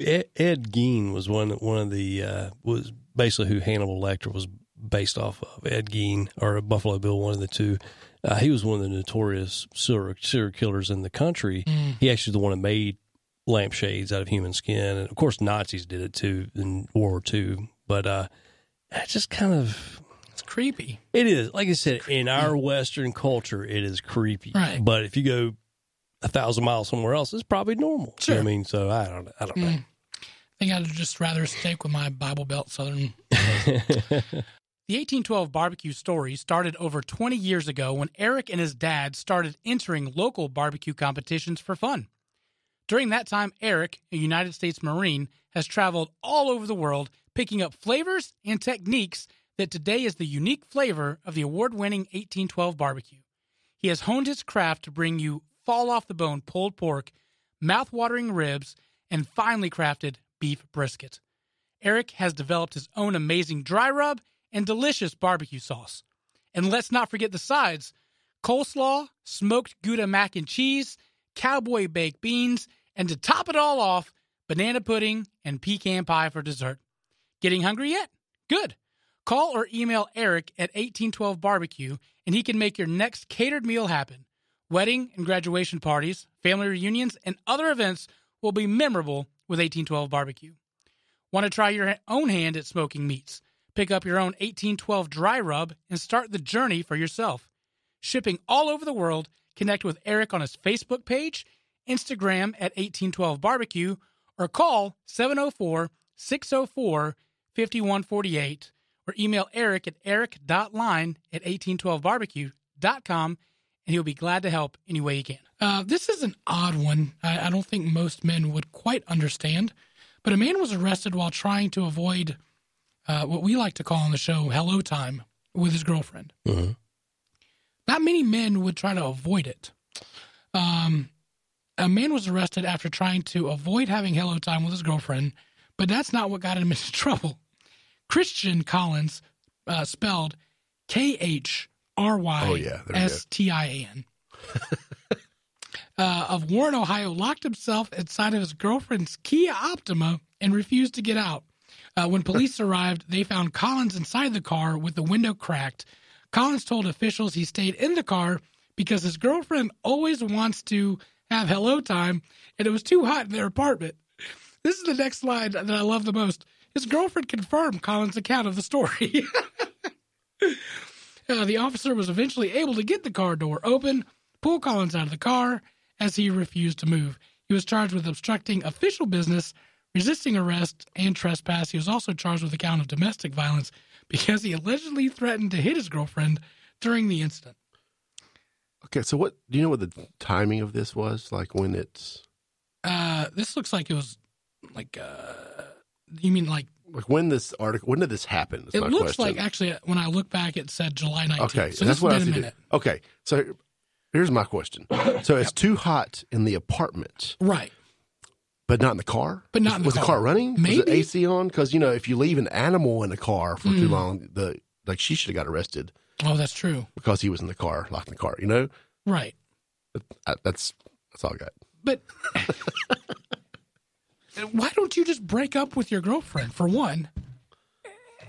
Speaker 3: Ed, Ed Gein was one one of the uh, was basically who Hannibal Lecter was based off of. Ed Gein or Buffalo Bill, one of the two. Uh, he was one of the notorious serial, serial killers in the country. He actually the one that made lampshades out of human skin, and of course Nazis did it too in World War II. But uh, that's just kind of
Speaker 1: It's creepy.
Speaker 3: it is, like I said, in our Western culture, it is creepy.
Speaker 1: Right.
Speaker 3: But if you go a thousand miles somewhere else, it's probably normal.
Speaker 1: Sure.
Speaker 3: You know
Speaker 1: Mm.
Speaker 3: what I mean, so I don't, I don't know.
Speaker 1: I think I'd just rather stick with my Bible Belt Southern. the 1812 barbecue story started over 20 years ago when Eric and his dad started entering local barbecue competitions for fun. During that time, Eric, a United States Marine, has traveled all over the world picking up flavors and techniques that today is the unique flavor of the award winning 1812 barbecue. He has honed his craft to bring you fall off the bone pulled pork, mouth-watering ribs, and finely crafted beef brisket. Eric has developed his own amazing dry rub and delicious barbecue sauce. And let's not forget the sides coleslaw, smoked Gouda mac and cheese, cowboy baked beans, and to top it all off, banana pudding and pecan pie for dessert. Getting hungry yet? Good. Call or email Eric at 1812 Barbecue and he can make your next catered meal happen. Wedding and graduation parties, family reunions, and other events will be memorable with 1812 Barbecue. Want to try your own hand at smoking meats? Pick up your own 1812 dry rub and start the journey for yourself. Shipping all over the world, connect with Eric on his Facebook page, Instagram at 1812 Barbecue, or call 704 604 5148 or email Eric at eric.line at 1812barbecue.com and he'll be glad to help any way he can. Uh, this is an odd one. I, I don't think most men would quite understand, but a man was arrested while trying to avoid uh, what we like to call on the show hello time with his girlfriend. Not many men would try to avoid it. Um, a man was arrested after trying to avoid having hello time with his girlfriend, but that's not what got him into trouble. Christian Collins, uh, spelled K H R
Speaker 2: Oh,
Speaker 1: Y
Speaker 2: yeah, there you go.
Speaker 1: S T I N, uh, of Warren, Ohio, locked himself inside of his girlfriend's Kia Optima and refused to get out. Uh, when police arrived, they found Collins inside the car with the window cracked. Collins told officials he stayed in the car because his girlfriend always wants to have hello time, and it was too hot in their apartment. This is the next line that I love the most. His girlfriend confirmed Collins' account of the story. Uh, the officer was eventually able to get the car door open, pull Collins out of the car as he refused to move. He was charged with obstructing official business, resisting arrest, and trespass. He was also charged with a count of domestic violence because he allegedly threatened to hit his girlfriend during the incident.
Speaker 2: Okay, so what do you know what the timing of this was? Like when it's
Speaker 1: Uh, this looks like it was like uh, you mean like
Speaker 2: like when this article when did this happen? Is
Speaker 1: it
Speaker 2: my
Speaker 1: looks
Speaker 2: question.
Speaker 1: like actually when I look back it said July 19th.
Speaker 2: Okay,
Speaker 1: so
Speaker 2: that's
Speaker 1: this
Speaker 2: what I
Speaker 1: has
Speaker 2: see.
Speaker 1: been a
Speaker 2: to do.
Speaker 1: minute.
Speaker 2: Okay, so here's my question. So it's too hot in the apartment,
Speaker 1: Right.
Speaker 2: but not in the car.
Speaker 1: But not
Speaker 2: was,
Speaker 1: in the
Speaker 2: was
Speaker 1: car.
Speaker 2: the car running? was
Speaker 1: Maybe. Mm.
Speaker 2: the AC on? Because you know, if you leave an animal in a car for too long, the like she should have got arrested
Speaker 1: Oh, that's true.
Speaker 2: because he was in the car, locked in the car. You know,
Speaker 1: Right.
Speaker 2: but I, that's that's all I got.
Speaker 1: But why don't you just break up with your girlfriend for one?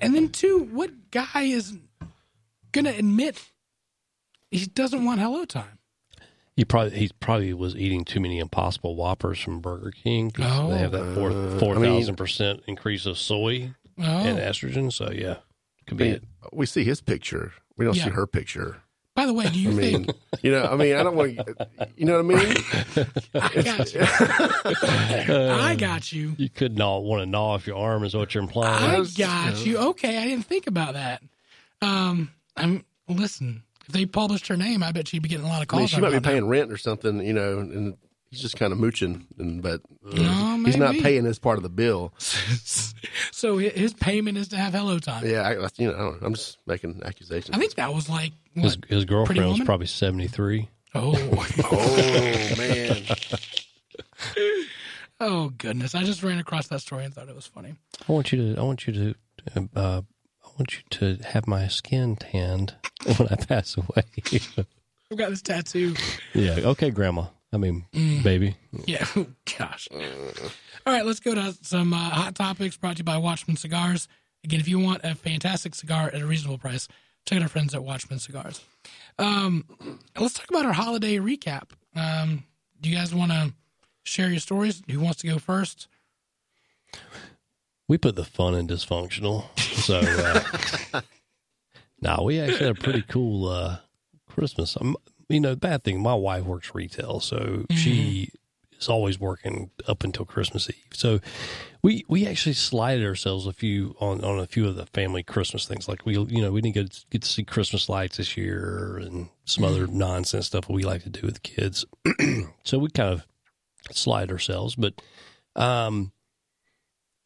Speaker 1: And then two, what guy is going to admit he doesn't want hello time?
Speaker 3: He probably he probably was eating too many Impossible Whoppers from Burger King. 'cause
Speaker 1: Oh.
Speaker 3: they have that four
Speaker 2: Uh,
Speaker 3: four
Speaker 2: I mean-
Speaker 3: thousand percent increase of soy
Speaker 1: Oh,
Speaker 3: and estrogen. So yeah, could
Speaker 2: I
Speaker 3: be
Speaker 2: mean,
Speaker 3: it.
Speaker 2: we see his picture. We don't see
Speaker 1: Yeah.
Speaker 2: her picture.
Speaker 1: by the way, do you
Speaker 2: I mean,
Speaker 1: think?
Speaker 2: you know, I mean, I don't want to, you know what I mean?
Speaker 1: I got you. I got you.
Speaker 3: You could not want to gnaw off your arm, is what you're implying.
Speaker 1: I
Speaker 2: was-
Speaker 1: got you. Okay, I didn't think about that. Um, I'm listen. If they published her name, I bet she'd be getting a lot of
Speaker 2: I mean,
Speaker 1: calls.
Speaker 2: she might be
Speaker 1: about that.
Speaker 2: paying rent or something, you know, and he's just kind of mooching, and, but uh,
Speaker 1: No,
Speaker 2: he's not
Speaker 1: maybe.
Speaker 2: paying his part of the bill.
Speaker 1: So hi- his payment is to have hello time.
Speaker 2: Yeah, I, you know, I don't know. I'm just making
Speaker 1: I
Speaker 2: accusations.
Speaker 1: think that was like
Speaker 3: His,
Speaker 1: what?
Speaker 3: his girlfriend was
Speaker 1: Woman?
Speaker 3: probably seventy three.
Speaker 1: oh
Speaker 2: oh man,
Speaker 1: oh goodness! I just ran across that story and thought it was funny.
Speaker 3: I want you to. I want you to. uh, Uh, I want you to have my skin tanned when I pass away.
Speaker 1: I've got this tattoo.
Speaker 3: yeah. Okay, Grandma. I mean, baby.
Speaker 1: Yeah. Oh, gosh.
Speaker 2: Uh.
Speaker 1: All right, let's go to some uh, hot topics brought to you by Watchman Cigars. Again, if you want a fantastic cigar at a reasonable price, check out our friends at Watchman Cigars. Um, let's talk about our holiday recap. Um, do you guys want to share your stories? Who wants to go first?
Speaker 3: We put the fun in dysfunctional. So, uh, nah, we actually had a pretty cool uh, Christmas. Um you know, bad thing, my wife works retail, so she is always working up until Christmas Eve. So, we we actually slided ourselves a few on, on a few of the family Christmas things. Like we, you know, we didn't get get to see Christmas lights this year and some other nonsense stuff we like to do with kids. so we kind of slide ourselves, but um,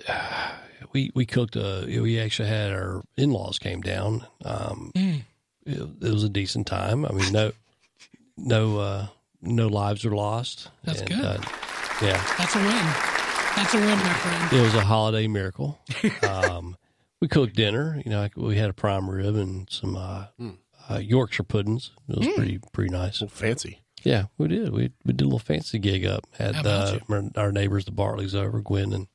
Speaker 3: we we cooked. Uh, we actually had our in laws came down. Um,
Speaker 1: Mm.
Speaker 3: it, it was a decent time. I mean, no, no, uh, no lives were lost.
Speaker 1: That's
Speaker 3: And,
Speaker 1: good.
Speaker 3: Uh, yeah.
Speaker 1: That's a win. That's a win, my friend.
Speaker 3: It was a holiday miracle. Um, we cooked dinner. You know, like, we had a prime rib and some uh, uh, Yorkshire puddings. It
Speaker 1: Mm.
Speaker 3: was pretty pretty nice.
Speaker 2: fancy.
Speaker 3: Yeah, we did. We we did a little fancy gig up.
Speaker 1: How
Speaker 3: Had
Speaker 1: about Hmm.
Speaker 3: uh, our, our neighbors, the Bartleys, over. Gwen and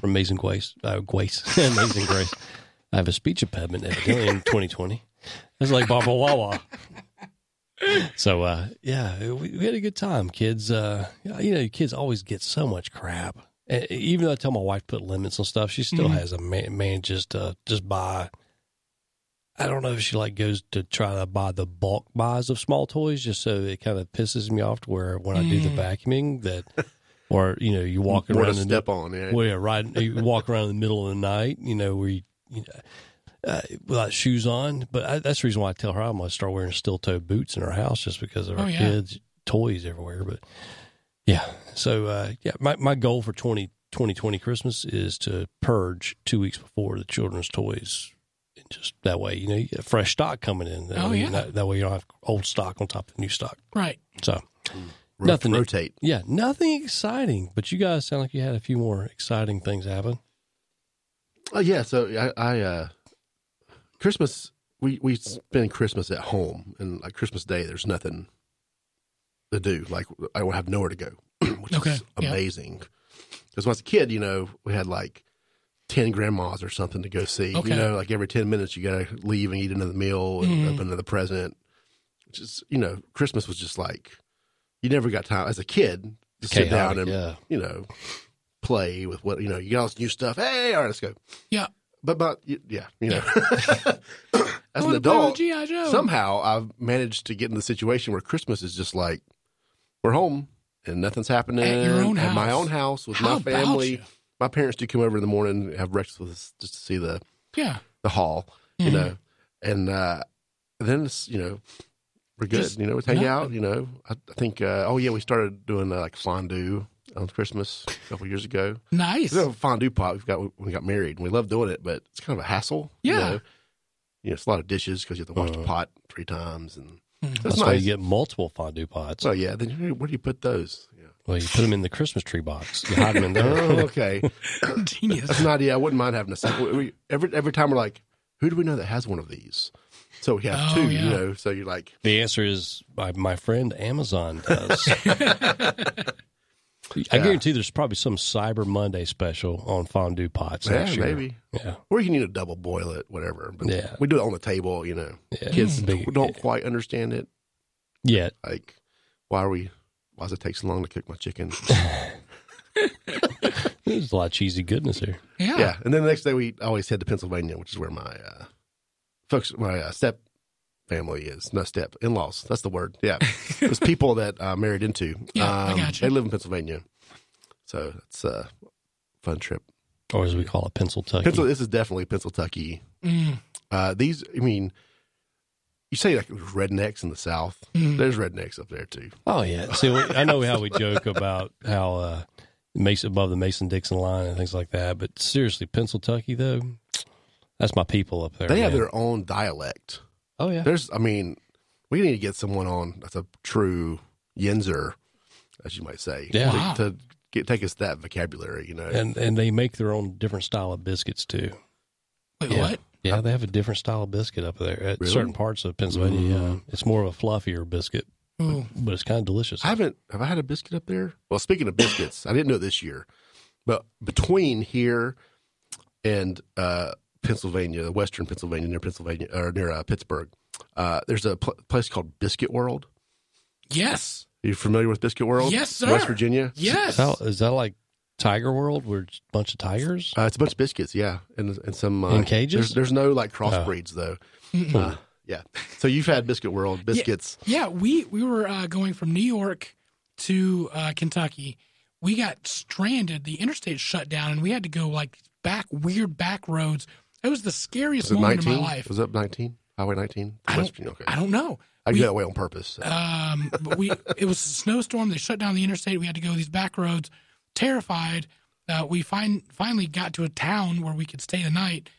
Speaker 3: from Amazing Grace. Uh, Grace. Amazing Grace. I have a speech impediment evidently in 2020. It's like Barbara Wawa. so uh, yeah, we, we had a good time, kids. Uh, you know, kids always get so much crap. And even though I tell my wife to put limits on stuff, she still has a man, man just uh, just buy. I don't know if she like goes to try to buy the bulk buys of small toys, just so it kind of pisses me off to where when I do the vacuuming that, or you know, you walk
Speaker 2: More
Speaker 3: around
Speaker 2: to
Speaker 3: and
Speaker 2: step on. Yeah.
Speaker 3: well, yeah, right. You walk around in the middle of the night, you know, where you, you know, uh, without shoes on. But I, that's the reason why I tell her I'm going to start wearing steel toe boots in her house just because of
Speaker 1: Oh,
Speaker 3: our
Speaker 1: yeah.
Speaker 3: kids' toys everywhere. But yeah, so uh, yeah, my, my goal for 20, 2020 Christmas is to purge two weeks before the children's toys. And just that way, you know, you get fresh stock coming in. That
Speaker 1: Oh,
Speaker 3: way,
Speaker 1: yeah.
Speaker 3: That, that way you don't have old stock on top of new stock.
Speaker 1: Right.
Speaker 3: So,
Speaker 2: Ro-
Speaker 3: nothing-
Speaker 2: Rotate.
Speaker 3: yeah, nothing exciting, but you guys sound like you had a few more exciting things happen.
Speaker 2: Oh yeah. So I, I uh, Christmas. We we spend Christmas at home, and like Christmas Day, there's nothing to do. Like I will have nowhere to go, which
Speaker 1: Okay,
Speaker 2: is
Speaker 1: yeah.
Speaker 2: amazing. Because when I was a kid, you know, we had like ten grandmas or something to go see.
Speaker 1: Okay. Mm-hmm.
Speaker 2: You know, like every ten minutes, you got to leave and eat another meal and open another present. Just you know, Christmas was just like you never got time as a kid to sit down
Speaker 3: Chaotic,
Speaker 2: and
Speaker 3: yeah.
Speaker 2: you know play with what you know. You got all this new stuff. Hey, all right, let's go
Speaker 1: Yeah.
Speaker 2: but but y- yeah, you know, as an
Speaker 1: wanna play with
Speaker 2: adult,
Speaker 1: G.I. Joe.
Speaker 2: somehow I've managed to get in the situation where Christmas is just like we're home and nothing's happening
Speaker 1: At your own
Speaker 2: At my
Speaker 1: house.
Speaker 2: own house with
Speaker 1: How
Speaker 2: my
Speaker 1: about
Speaker 2: family.
Speaker 1: you?
Speaker 2: My parents do come over in the morning and have breakfast with us just to see the
Speaker 1: Yeah.
Speaker 2: the hall,
Speaker 1: Mm-hmm.
Speaker 2: you know, and uh, then it's, you know we're good,
Speaker 1: Just
Speaker 2: you know, we hang
Speaker 1: nothing.
Speaker 2: out, you know. I, I think uh, oh yeah, we started doing uh, like fondue on Christmas a couple years ago.
Speaker 1: Nice.
Speaker 2: We have a fondue pot. We've got when we got married, and we love doing it, but it's kind of a hassle.
Speaker 1: Yeah.
Speaker 2: you know, You know, it's a lot of dishes because you have to wash the pot three times, and
Speaker 3: Uh-huh. That's,
Speaker 1: Mm-hmm.
Speaker 2: that's
Speaker 3: why
Speaker 2: nice.
Speaker 3: you get multiple fondue pots.
Speaker 2: so yeah, then you- where do you put those? Yeah.
Speaker 3: Well, you put them in the Christmas tree box. You hide them in there.
Speaker 2: Oh, okay,
Speaker 1: Genius.
Speaker 2: that's an idea. I wouldn't mind having a second. We- we- every every time we're like, who do we know that has one of these? So we have
Speaker 1: Oh,
Speaker 2: two,
Speaker 1: yeah.
Speaker 2: you know. So you're like,
Speaker 3: the answer is my, my friend Amazon does. I guarantee there's probably some Cyber Monday special on fondue pots.
Speaker 2: yeah,
Speaker 3: next year.
Speaker 2: maybe,
Speaker 3: Yeah.
Speaker 2: or you can need to double boil it, whatever. But
Speaker 3: Yeah.
Speaker 2: we do it on the table, you know.
Speaker 3: Yeah.
Speaker 2: Kids
Speaker 3: Big-
Speaker 2: don't quite understand it.
Speaker 3: Yeah.
Speaker 2: Like why are we? Why does it take so long to cook my chicken?
Speaker 3: There's a lot of cheesy goodness here.
Speaker 1: Yeah.
Speaker 2: yeah. And then the next day, we always head to Pennsylvania, which is where my uh, folks, my uh, step family is. Not step, in laws. That's the word. Yeah. it's people that I married into. Um,
Speaker 1: Yeah, I gotcha.
Speaker 2: They live in Pennsylvania. So it's a fun trip.
Speaker 3: Or as we call it, Pennsylvania.
Speaker 2: Pencil, this is definitely Pennsylvania.
Speaker 1: Mm.
Speaker 2: Uh, these, I mean, you say like rednecks in the South.
Speaker 1: Mm.
Speaker 2: There's rednecks up there too.
Speaker 3: Oh yeah. See, we, I know how we joke about how uh, Mason above the Mason Dixon line and things like that, but seriously, Pennsylvania though, that's my people up there.
Speaker 1: Oh,
Speaker 2: They have
Speaker 3: man.
Speaker 2: their own dialect.
Speaker 3: oh yeah.
Speaker 2: There's, I mean, we need to get someone on that's a true Yenzer, as you might say,
Speaker 3: Yeah.
Speaker 2: to,
Speaker 1: Wow.
Speaker 2: to get, take us that vocabulary. You know,
Speaker 3: And and they make their own different style of biscuits too.
Speaker 1: Wait,
Speaker 3: Yeah.
Speaker 1: what?
Speaker 3: Yeah, they have a different style of biscuit up there at
Speaker 2: Really?
Speaker 3: certain parts of Pennsylvania. Yeah. It's more of a fluffier biscuit,
Speaker 1: Ooh.
Speaker 3: but it's kind of delicious.
Speaker 2: I haven't. Have I had a biscuit up there? Well, speaking of biscuits, I didn't know this year, but between here and uh, Pennsylvania, Western Pennsylvania, near Pennsylvania or near uh, Pittsburgh, uh, there's a pl- place called Biscuit World.
Speaker 1: Yes.
Speaker 2: Are you familiar with Biscuit World?
Speaker 1: Yes, sir.
Speaker 2: West Virginia.
Speaker 1: Yes.
Speaker 3: Is that- is that like Tiger World where it's a bunch of tigers?
Speaker 2: Uh, it's a bunch of biscuits, yeah, and and some uh,
Speaker 3: In cages? Oh.
Speaker 2: There's, there's no like crossbreeds though. Uh, yeah, so you've had Biscuit World biscuits.
Speaker 1: Yeah, we we were uh, going from New York to uh, Kentucky. We got stranded. The interstate shut down, and we had to go like back weird back roads. It was the scariest
Speaker 2: Was it
Speaker 1: moment of my
Speaker 2: nineteen?
Speaker 1: life.
Speaker 2: Was it nineteen? Highway nineteen?
Speaker 1: I
Speaker 2: West
Speaker 1: don't,
Speaker 2: Virginia. Okay,
Speaker 1: I don't know.
Speaker 2: I
Speaker 1: We-
Speaker 2: do that way on purpose.
Speaker 1: Um, but we it was a snowstorm. They shut down the interstate. We had to go these back roads. Terrified, uh, we fin- finally got to a town where we could stay the night.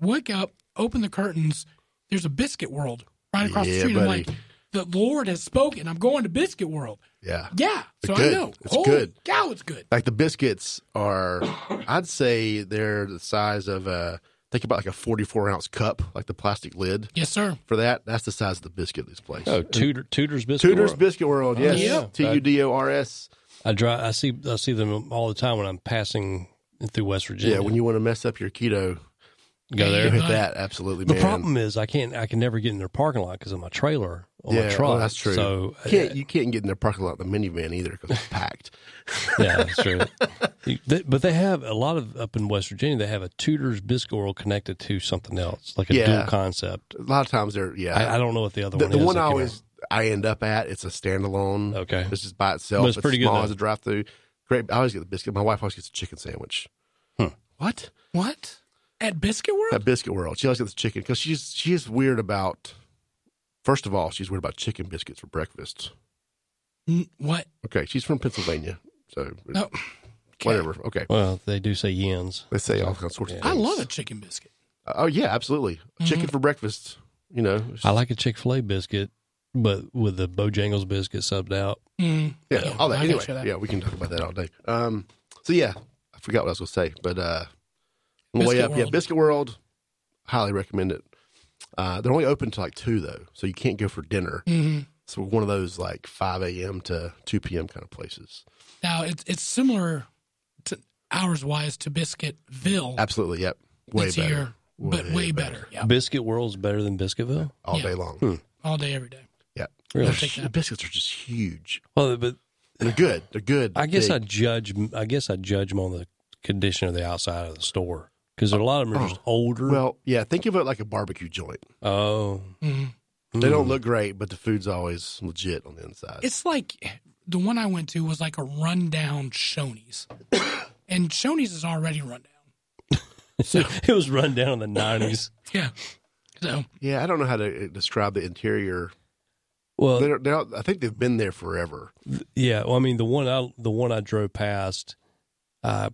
Speaker 1: Wake up, open the curtains. There's a Biscuit World right across the
Speaker 2: Yeah,
Speaker 1: street.
Speaker 2: buddy.
Speaker 1: I'm like, the Lord has spoken. I'm going to Biscuit World.
Speaker 2: yeah,
Speaker 1: Yeah, so
Speaker 2: good.
Speaker 1: I know.
Speaker 2: It's good.
Speaker 1: Cow, it's good.
Speaker 2: like the biscuits are i'd say they're the size of a think about like a 44 ounce cup like the plastic lid
Speaker 1: Yes, sir.
Speaker 2: for that that's the size of the biscuit at this place
Speaker 3: Oh, Tudor, Tudor's biscuit.
Speaker 2: tudor's
Speaker 3: World.
Speaker 2: biscuit world yes
Speaker 1: yeah.
Speaker 2: t-u-d-o-r-s
Speaker 3: I drive. I see. I see them all the time when I'm passing through West Virginia.
Speaker 2: yeah when you want to mess up your keto
Speaker 3: go there.
Speaker 2: hit
Speaker 1: Yeah.
Speaker 2: that absolutely
Speaker 3: The
Speaker 2: man
Speaker 3: problem is I can't. I can never get in their parking lot because of my trailer on
Speaker 2: yeah
Speaker 3: my
Speaker 2: well,
Speaker 3: truck.
Speaker 2: that's true
Speaker 3: So uh,
Speaker 2: you can't, you can't get in their parking lot in the minivan either because it's packed
Speaker 3: yeah, that's true. You- they- but they have a lot of up in West Virginia. They have a Tudor's biscuit world connected to something else, like a
Speaker 2: Yeah.
Speaker 3: dual concept.
Speaker 2: a lot of times they're yeah
Speaker 3: I, I don't know what the other
Speaker 2: the,
Speaker 3: one
Speaker 2: the
Speaker 3: is.
Speaker 2: one I
Speaker 3: can't
Speaker 2: always I end up at, it's a standalone.
Speaker 3: Okay.
Speaker 2: it's just by itself.
Speaker 3: But
Speaker 2: it's
Speaker 3: it's pretty good,
Speaker 2: small
Speaker 3: though.
Speaker 2: as a drive-through. Great. I always get the biscuit. My wife always gets a chicken sandwich. What?
Speaker 1: What at Biscuit World?
Speaker 2: At Biscuit World, she always gets the chicken because she's she is weird about. First of all, she's weird about chicken biscuits for breakfast.
Speaker 1: N- what?
Speaker 2: Okay, she's from Pennsylvania, so
Speaker 1: No. Okay.
Speaker 2: whatever. Okay,
Speaker 3: Well, they do say yens.
Speaker 2: they say all kinds of sorts of
Speaker 1: I
Speaker 2: things.
Speaker 1: love a chicken biscuit.
Speaker 2: Oh yeah, absolutely. Chicken for breakfast. You know,
Speaker 3: I like a Chick Fil A biscuit, but with the Bojangles biscuit subbed out.
Speaker 1: Mm.
Speaker 2: yeah, all that.
Speaker 1: I
Speaker 2: Anyway,
Speaker 1: gotcha that.
Speaker 2: yeah, we can talk about that all day. Um, so yeah, I forgot what I was going to say, but uh, on the way
Speaker 1: Biscuit
Speaker 2: up, yeah,
Speaker 1: World.
Speaker 2: Biscuit World, highly recommend it. Uh, they're only open to like two though, so you can't go for dinner.
Speaker 1: Mhm.
Speaker 2: So one of those like five a.m. to two p.m. kind of places.
Speaker 1: Now it's it's similar to hours wise to Biscuitville.
Speaker 2: Absolutely, yep, way
Speaker 1: this
Speaker 2: better,
Speaker 1: year, but way better. Yeah,
Speaker 3: Biscuit World's better than Biscuitville.
Speaker 2: all
Speaker 1: Yeah.
Speaker 2: day long.
Speaker 1: all day, every day.
Speaker 2: Yeah,
Speaker 3: Hmm. Really?
Speaker 2: They're
Speaker 1: take
Speaker 2: hu-
Speaker 1: that.
Speaker 2: biscuits are just huge.
Speaker 3: Well, but
Speaker 2: They're good. They're good.
Speaker 3: I guess
Speaker 2: Big.
Speaker 3: I judge. I guess I judge them on the condition of the outside of the store because a lot of them are just older.
Speaker 2: Oh. well, yeah. Think of it like a barbecue joint.
Speaker 3: oh, Hmm.
Speaker 2: They don't look great, but the food's always legit on the inside.
Speaker 1: It's like the one I went to was like a rundown Shoney's, and Shoney's is already rundown.
Speaker 3: it was run down in the nineties.
Speaker 1: Yeah, so
Speaker 2: Yeah, I don't know how to uh, describe the interior.
Speaker 3: Well,
Speaker 2: They're, they're, I think they've been there forever.
Speaker 3: Yeah, well, I mean the one I the one I drove past, uh,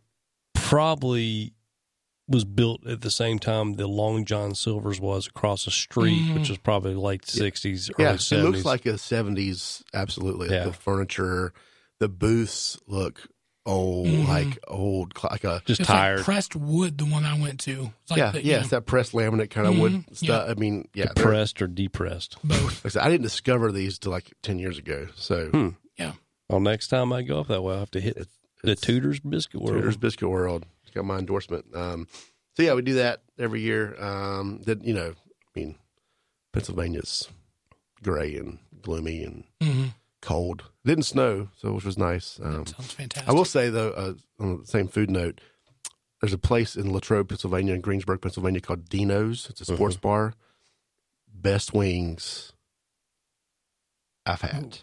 Speaker 3: probably was built at the same time the Long John Silver's was across the street, which was probably late sixties,
Speaker 2: Mm-hmm. yeah,
Speaker 3: early seventies.
Speaker 2: it looks like a '70s. Absolutely,
Speaker 3: Yeah.
Speaker 2: the furniture, the booths look old, like old, cl- like a
Speaker 3: just
Speaker 1: it's
Speaker 3: tired.
Speaker 1: like pressed wood. The one I went to, it's like
Speaker 2: yeah,
Speaker 1: the, you
Speaker 2: yeah,
Speaker 1: know,
Speaker 2: it's that pressed laminate kind of wood
Speaker 1: Mhm,
Speaker 2: stuff. I mean, yeah, they're- like
Speaker 3: Depressed or depressed.
Speaker 1: both.
Speaker 2: I, said, I didn't discover these till like ten years ago. So
Speaker 1: Yeah,
Speaker 3: Well, next time I go up that way, I will have to hit the Tudor's Biscuit World.
Speaker 1: Mm-hmm.
Speaker 2: Tudor's Biscuit World it's got my endorsement. Um, so yeah, we do that every year. Um, that you know, I mean, Pennsylvania's gray and gloomy and
Speaker 1: Mhm.
Speaker 2: cold. It didn't snow, so which was nice. Um,
Speaker 1: Sounds fantastic.
Speaker 2: I will say though, uh, on the same food note, there's a place in Latrobe, Pennsylvania, in Greensburg, Pennsylvania, called Dino's. It's a sports
Speaker 1: Mm-hmm.
Speaker 2: bar. Best wings I've had.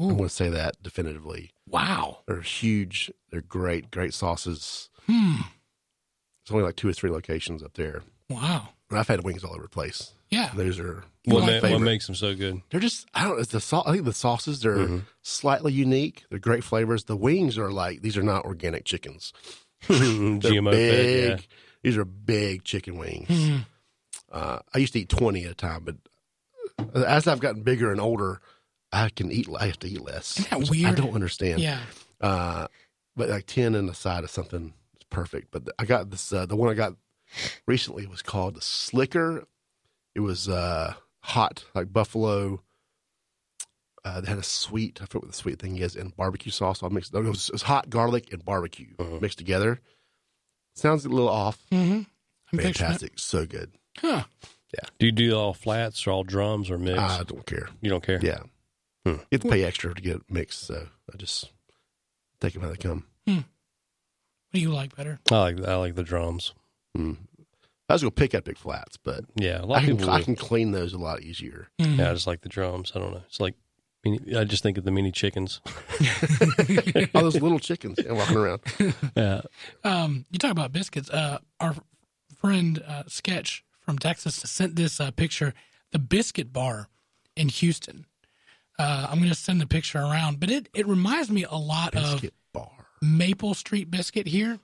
Speaker 1: Ooh.
Speaker 2: I'm going to say that definitively.
Speaker 1: Wow.
Speaker 2: They're huge. They're great. Great sauces.
Speaker 1: Hmm.
Speaker 2: There's only like two or three locations up there.
Speaker 1: Wow.
Speaker 2: And I've had wings all over the place.
Speaker 1: Yeah.
Speaker 2: Those are
Speaker 3: What,
Speaker 2: my
Speaker 3: ma-
Speaker 2: favorite.
Speaker 3: what makes them so good?
Speaker 2: They're just I don't. It's the sau I think the sauces they're
Speaker 1: Mm-hmm.
Speaker 2: slightly unique. They're great flavors. The wings are like these are not organic chickens. They're
Speaker 3: GMO
Speaker 2: big.
Speaker 3: fed, yeah.
Speaker 2: These are big chicken wings.
Speaker 1: Hmm.
Speaker 2: Uh, I used to eat twenty at a time, but as I've gotten bigger and older, I can eat. I have to eat less.
Speaker 1: Isn't that
Speaker 2: which I
Speaker 1: weird?
Speaker 2: don't understand.
Speaker 1: Yeah.
Speaker 2: Uh, but like ten and a side of something is perfect. But I got this. Uh, the one I got recently was called the Slicker. It was uh, hot, like buffalo. Uh, they had a sweet. I forget what the sweet thing is, and barbecue sauce. All mixed. No, it was, it was hot garlic and barbecue mixed together. Sounds a little off.
Speaker 1: Mm-hmm. I'm picturing it.
Speaker 2: Fantastic, so good.
Speaker 1: Huh.
Speaker 3: Do you do all flats or all drums or mix?
Speaker 2: I don't care.
Speaker 3: you don't care.
Speaker 2: Uh, Yeah, you have to pay extra to get it mixed, so I just take them how they come.
Speaker 1: What do you like better?
Speaker 3: I like I like the drums.
Speaker 2: I was gonna pick up big flats, but
Speaker 3: Yeah, a lot
Speaker 2: I
Speaker 3: of
Speaker 2: can
Speaker 3: people.
Speaker 2: I
Speaker 3: do.
Speaker 2: can clean those a lot easier.
Speaker 1: Hmm.
Speaker 3: Yeah, I just like the drums. I don't know. It's like mini, I just think of the mini chickens.
Speaker 2: All those little chickens and walking around.
Speaker 3: Yeah,
Speaker 1: Um, you talk about biscuits. Uh, our friend uh, Sketch from Texas sent this uh, picture, the biscuit bar in Houston. Uh, I'm going to send the picture around, but it, it reminds me a lot
Speaker 2: Biscuit
Speaker 1: of
Speaker 2: bar.
Speaker 1: Maple Street biscuit here.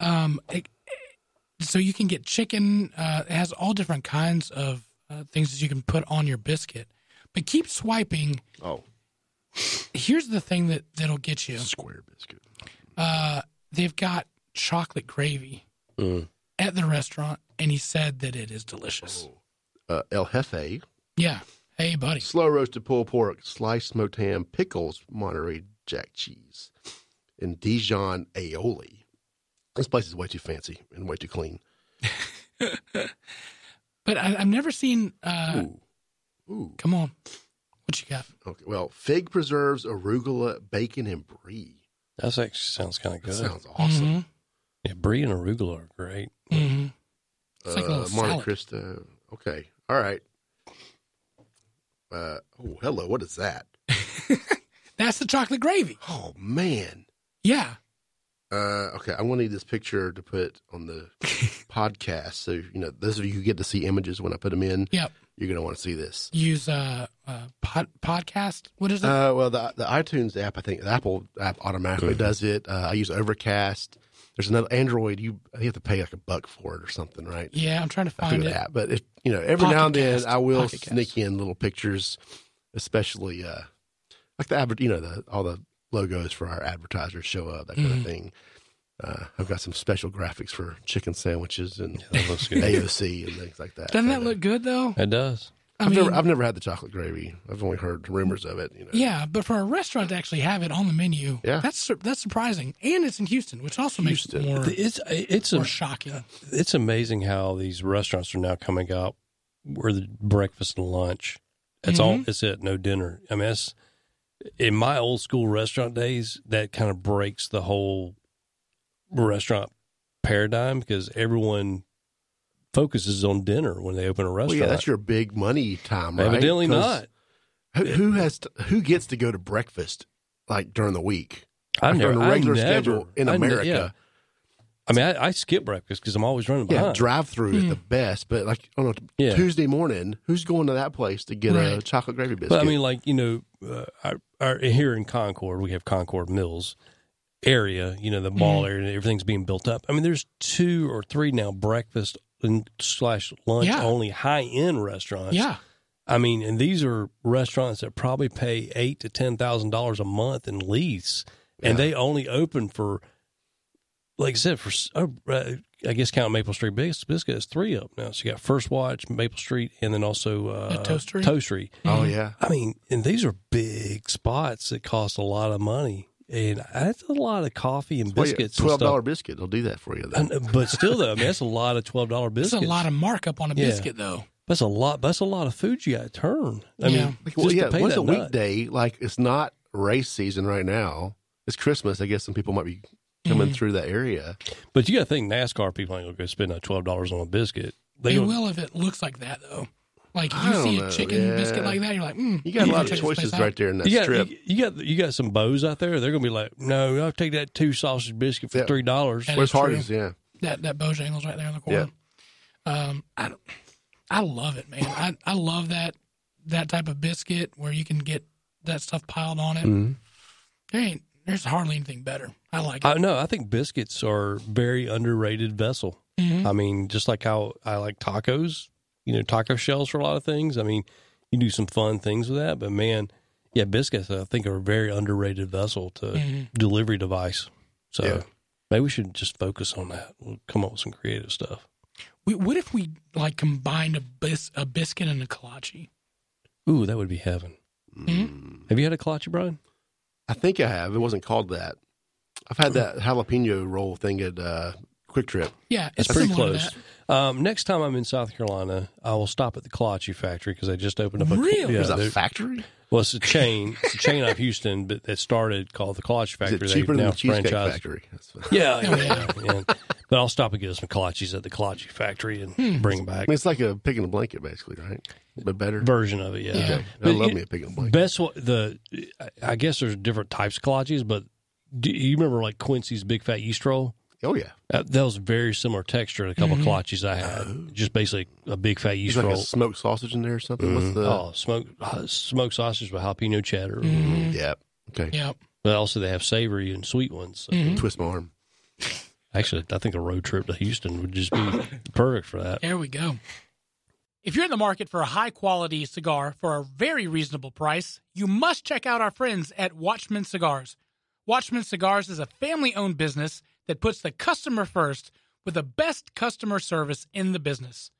Speaker 1: Um, it- so you can get chicken. Uh, it has all different kinds of uh, things that you can put on your biscuit, but keep swiping.
Speaker 2: Oh,
Speaker 1: Here's the thing that that'll get you.
Speaker 2: square biscuit.
Speaker 1: uh, they've got chocolate gravy
Speaker 3: Mm.
Speaker 1: at the restaurant, and he said that it is delicious.
Speaker 2: Uh, El Jefe,
Speaker 1: Yeah. Hey, buddy.
Speaker 2: slow roasted pulled pork, sliced smoked ham, pickles, Monterey Jack cheese, and Dijon aioli. This place is way too fancy and way too clean.
Speaker 1: But I, I've never seen. Uh,
Speaker 2: Ooh, ooh.
Speaker 1: come on, what you got?
Speaker 2: Okay, well, fig preserves, arugula, bacon, and brie.
Speaker 3: that actually sounds kind of
Speaker 2: That
Speaker 3: good.
Speaker 2: sounds
Speaker 1: Mm-hmm.
Speaker 2: awesome.
Speaker 3: yeah, brie and arugula are great.
Speaker 1: Mhm, mhm. It's like a
Speaker 2: Uh,
Speaker 1: little
Speaker 2: Monte
Speaker 1: salad.
Speaker 2: Cristo. Okay. All right. Uh, oh, hello. What is that?
Speaker 1: That's the chocolate gravy.
Speaker 2: Oh man.
Speaker 1: Yeah.
Speaker 2: Uh, okay, I'm gonna need this picture to put on the podcast. So you know, those of you who get to see images when I put them in,
Speaker 1: Yep.
Speaker 2: you're gonna want to see this.
Speaker 1: Use uh, uh pod, podcast. What is it?
Speaker 2: Uh, well, the the iTunes app, I think the Apple app automatically does it. Uh, I use Overcast. There's another Android. You you have to pay like a buck for it or something, right?
Speaker 1: yeah, I'm trying to find
Speaker 2: I figured
Speaker 1: it.
Speaker 2: it out. But if you know, every now and
Speaker 1: Pocket
Speaker 2: then
Speaker 1: cast.
Speaker 2: I will
Speaker 1: Pocket cast.
Speaker 2: sneak in little pictures, especially uh like the advert you know, the all the logos for our advertisers show up, that
Speaker 1: Mm-hmm.
Speaker 2: kind of thing. Uh, I've got some special graphics for chicken sandwiches and
Speaker 3: That looks good.
Speaker 2: AOC and things like that.
Speaker 1: Doesn't
Speaker 2: So,
Speaker 1: that look good though?
Speaker 3: It does.
Speaker 1: I
Speaker 2: I've
Speaker 1: mean,
Speaker 2: never I've never had the chocolate gravy. I've only heard rumors of it, you know.
Speaker 1: yeah, but for a restaurant to actually have it on the menu,
Speaker 2: Yeah.
Speaker 1: that's sur- that's surprising, and it's in Houston, which also
Speaker 2: Houston.
Speaker 1: makes it
Speaker 3: It's it's
Speaker 1: more,
Speaker 3: a
Speaker 1: more shocking.
Speaker 3: it's amazing how these restaurants are now coming up where the breakfast and lunch. That's all. It's it. No dinner. I mean, that's, in my old school restaurant days, that kind of breaks the whole restaurant paradigm because everyone focuses on dinner when they open a restaurant.
Speaker 2: Well, yeah, that's your big money time, right?
Speaker 3: Evidently
Speaker 2: 'Cause
Speaker 3: not.
Speaker 2: Who, who has to, who gets to go to breakfast like during the week?
Speaker 3: I
Speaker 2: Like,
Speaker 3: never,
Speaker 2: during the regular
Speaker 3: I never,
Speaker 2: schedule in
Speaker 3: I ne-
Speaker 2: America.
Speaker 3: yeah. I mean, I, I skip breakfast because I'm always running
Speaker 2: Yeah,
Speaker 3: behind.
Speaker 2: drive through is
Speaker 1: Hmm.
Speaker 2: the best, but like on a
Speaker 3: Yeah.
Speaker 2: Tuesday morning, who's going to that place to get a
Speaker 1: Right.
Speaker 2: chocolate gravy biscuit?
Speaker 3: But I mean, like you know, uh, our, our, here in Concord, we have Concord Mills area. You know, the mall
Speaker 2: Mm-hmm.
Speaker 3: area, and everything's being built up. I mean, there's two or three now breakfast and slash lunch
Speaker 1: Yeah.
Speaker 3: only high end restaurants.
Speaker 1: Yeah.
Speaker 3: I mean, and these are restaurants that probably pay eight to ten thousand dollars a month in lease, and they only open for, like I said, for s- oh, uh, I guess count Maple Street Bis- Biscuit is three up now. So you got First Watch, Maple Street, and then also uh,
Speaker 1: Uh, Toastery?
Speaker 3: Toastery.
Speaker 2: oh yeah,
Speaker 3: I mean, and these are big spots that cost a lot of money, and that's a lot of coffee and
Speaker 2: Well, yeah,
Speaker 3: biscuits. and
Speaker 2: twelve dollar
Speaker 3: stuff.
Speaker 2: biscuit will do that for you. Though.
Speaker 3: And- But still, though, I mean, that's a lot of twelve dollar
Speaker 1: There's
Speaker 3: biscuits.
Speaker 1: a lot of markup on a
Speaker 3: Yeah.
Speaker 1: biscuit, though.
Speaker 3: That's a lot. That's a lot of food you got to turn. I
Speaker 1: Yeah.
Speaker 3: mean,
Speaker 2: Like, well,
Speaker 3: just
Speaker 2: yeah,
Speaker 3: to pay
Speaker 2: once
Speaker 3: that
Speaker 2: a
Speaker 3: nut.
Speaker 2: weekday, like it's not race season right now. It's Christmas. I guess some people might be coming through that area.
Speaker 3: But you got to think NASCAR people ain't gonna go spend that twelve dollars on a biscuit.
Speaker 1: They,
Speaker 3: gonna-
Speaker 1: will if it looks like that though. Like if
Speaker 2: I
Speaker 1: you
Speaker 2: don't
Speaker 1: see a
Speaker 2: know,
Speaker 1: chicken
Speaker 2: yeah.
Speaker 1: biscuit like that, you're like, mm,
Speaker 2: You got a
Speaker 1: yeah,
Speaker 2: lot of
Speaker 1: check this
Speaker 2: choices
Speaker 1: place out.
Speaker 2: right there in that
Speaker 3: You got,
Speaker 2: strip.
Speaker 3: you, you got you got some bows out there. They're gonna be like, no, I'll take that two sausage biscuit for
Speaker 2: Yeah.
Speaker 3: three dollars.
Speaker 1: And-
Speaker 2: Where's
Speaker 1: That's true.
Speaker 2: Hardee's? Yeah.
Speaker 1: That that Bojangles right there in the corner. Um, I don't- I love it, man. I I love that that type of biscuit where you can get that stuff piled on it.
Speaker 2: Mm-hmm.
Speaker 1: There ain't there's hardly anything better. I like it.
Speaker 3: I no, I think biscuits are very underrated vessel.
Speaker 1: Mm-hmm.
Speaker 3: I mean, just like how I like tacos, you know, taco shells for a lot of things. I mean, you do some fun things with that, but man, yeah, biscuits I think are a very underrated vessel to
Speaker 1: Mm-hmm.
Speaker 3: delivery device. So
Speaker 2: Yeah.
Speaker 3: maybe we should just focus on that. We'll come up with some creative stuff.
Speaker 1: We, what if we like combined a bis a biscuit and a kolache?
Speaker 3: Ooh, that would be heaven.
Speaker 2: Hmm.
Speaker 3: Have you had a kolache, Brian?
Speaker 2: I think I have. It wasn't called that. I've had that jalapeno roll thing at uh, Quick Trip.
Speaker 1: Yeah, it's
Speaker 3: It's pretty
Speaker 1: similar to
Speaker 3: close. Um, next time I'm in South Carolina, I will stop at the kolache factory because they just opened up a
Speaker 1: Really?
Speaker 3: yeah,
Speaker 2: There's
Speaker 3: they-
Speaker 2: a factory.
Speaker 3: Well, it's a chain. It's a chain out of Houston, but that started called the Kolache
Speaker 2: Is
Speaker 3: Factory.
Speaker 2: it
Speaker 3: They
Speaker 2: cheaper than
Speaker 3: now
Speaker 2: the Cheesecake
Speaker 3: franchise-
Speaker 2: Factory? That's fine.
Speaker 3: Yeah, yeah, Oh, yeah. But I'll stop and get us some kolaches at the Kolache Factory and bring 'em back
Speaker 2: I mean, it's like a pig in a blanket, basically, right? But better.
Speaker 3: version of it. Yeah,
Speaker 1: Yeah.
Speaker 2: I
Speaker 3: But
Speaker 2: love
Speaker 3: it-
Speaker 2: me a pig in a blanket.
Speaker 3: Best one, the I- I guess there's different types of kolaches, but do you remember like Quincy's Big Fat Yeast Roll?
Speaker 2: Oh yeah,
Speaker 3: Uh, That, that was very similar texture to a couple of kolaches I had. Just basically a big fat yeast
Speaker 2: there's Mm-hmm. like
Speaker 3: roll.
Speaker 2: a smoked sausage in there or something. What's the?
Speaker 3: oh, smoked uh, smoked sausage with jalapeno cheddar.
Speaker 2: Yeah. Okay.
Speaker 1: that. Yeah.
Speaker 3: But also they have savory and sweet ones. So.
Speaker 2: Twist my arm.
Speaker 3: Actually, I think a road trip to Houston would just be perfect for that.
Speaker 1: There we go. If you're in the market for a high quality cigar for a very reasonable price, you must check out our friends at Watchman Cigars. Watchman Cigars is a family owned business that puts the customer first with the best customer service in the business.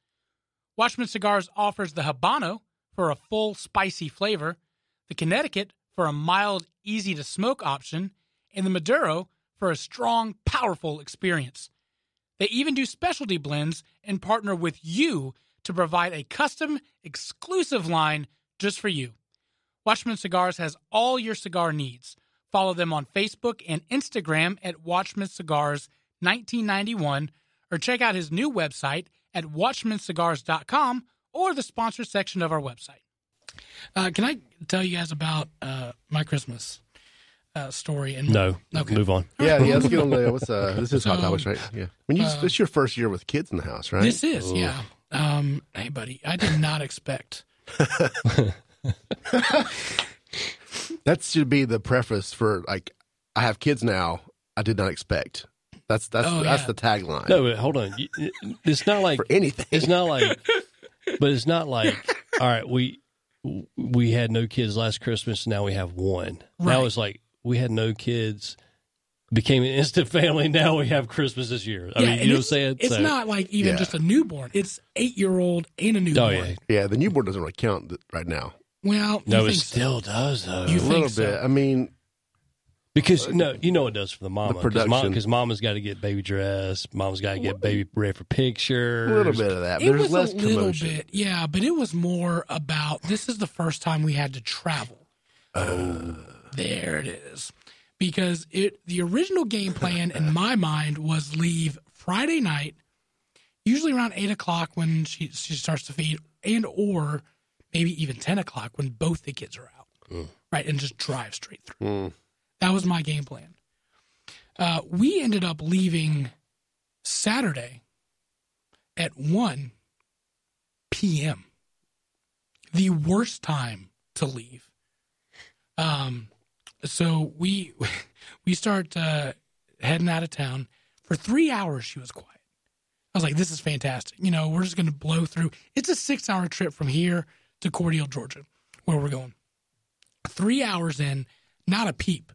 Speaker 1: Watchman Cigars offers the Habano for a full, spicy flavor, the Connecticut for a mild, easy to smoke option, and the Maduro for a strong, powerful experience. They even do specialty blends and partner with you to provide a custom, exclusive line just for you. Watchman Cigars has all your cigar needs. Follow them on Facebook and Instagram at Watchman Cigars 1991 or check out his new website at watchmancigars.com or the sponsor section of our website. Uh, can I tell you guys about uh, my Christmas uh, story? And
Speaker 3: No,
Speaker 1: Okay.
Speaker 3: move on.
Speaker 2: Yeah, yeah. Let's get on the. What's uh? This is hot
Speaker 1: So,
Speaker 2: topics, right? Yeah. When you, this is your first year with kids in the house, right?
Speaker 1: Uh. This is, yeah. Um, hey, buddy, I did not expect.
Speaker 2: That should be the preface for like, I have kids now. I did not expect. That's that's
Speaker 1: Oh,
Speaker 2: that's
Speaker 1: yeah.
Speaker 2: the tagline.
Speaker 3: No, but hold on. You- It's not like
Speaker 2: for anything.
Speaker 3: it's not like, but it's not like. All right, we we had no kids last Christmas. Now we have one.
Speaker 1: Right.
Speaker 3: That was like we had no kids, became an instant family. Now we have Christmas this year. I mean,
Speaker 1: and
Speaker 3: you know what I'm
Speaker 1: it's-
Speaker 3: saying?
Speaker 1: It's
Speaker 3: So-
Speaker 1: not like even
Speaker 2: Yeah.
Speaker 1: just a newborn. It's eight year old and a
Speaker 3: Oh
Speaker 1: newborn.
Speaker 3: yeah.
Speaker 2: Yeah, the newborn doesn't really count th- right now.
Speaker 1: Well,
Speaker 3: No,
Speaker 1: you
Speaker 3: it
Speaker 1: think so.
Speaker 3: still does though.
Speaker 1: You
Speaker 2: A
Speaker 1: think
Speaker 2: little bit.
Speaker 1: so?
Speaker 2: I mean,
Speaker 3: Because no, you know it does for the mama. Because
Speaker 2: production.
Speaker 3: mama's got to get baby dressed. Mama's got to get baby ready for
Speaker 2: a
Speaker 3: pictures.
Speaker 2: little bit of that. but
Speaker 1: It
Speaker 2: There's
Speaker 1: was
Speaker 2: less
Speaker 1: a little
Speaker 2: commotion.
Speaker 1: bit, yeah, but it was more about this is the first time we had to travel. Oh, there it is. Because it the original game plan in my mind was leave Friday night, usually around eight o'clock when she she starts to feed, and or maybe even ten o'clock when both the kids are out,
Speaker 2: Mm.
Speaker 1: right, and just drive straight through. That was my game plan. Uh, we ended up leaving Saturday at 1 p.m. The worst time to leave. Um, so we we start uh, heading out of town. For three hours, she was quiet. I was like, "This is fantastic." You know, we're just going to blow through. It's a six-hour trip from here to Cordial, Georgia, where we're going. Three hours in, not a peep.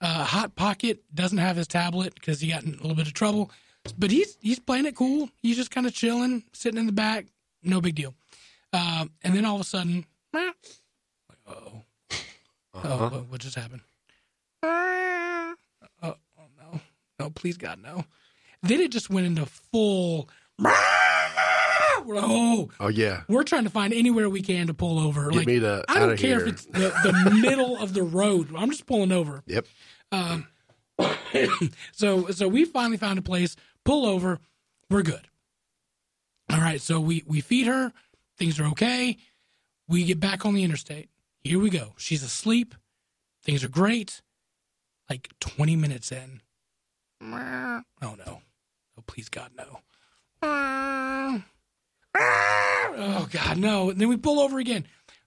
Speaker 1: Uh, Hot Pocket doesn't have his tablet because he got in a little bit of trouble, but he's he's playing it cool. He's just kind of chilling, sitting in the back, no big deal. Um, and then all of a sudden, meow. like, oh,
Speaker 2: Uh-huh.
Speaker 1: oh, what, what just happened? Oh, oh no, no, please God, no. Then it just went into full. meow. ah, we're like, oh,
Speaker 2: Oh yeah.
Speaker 1: we're trying to find anywhere we can to pull over. like,
Speaker 2: me the-
Speaker 1: I don't
Speaker 2: outta
Speaker 1: care
Speaker 2: here.
Speaker 1: if it's the, the middle of the road. I'm just pulling over.
Speaker 2: Yep.
Speaker 1: So so we finally found a place, pull over, we're good. All right, so we we feed her, things are okay. We get back on the interstate. Here we go. She's asleep. Things are great. Like 20 minutes in. Oh no. Oh please God no. Oh God no. And then we pull over again.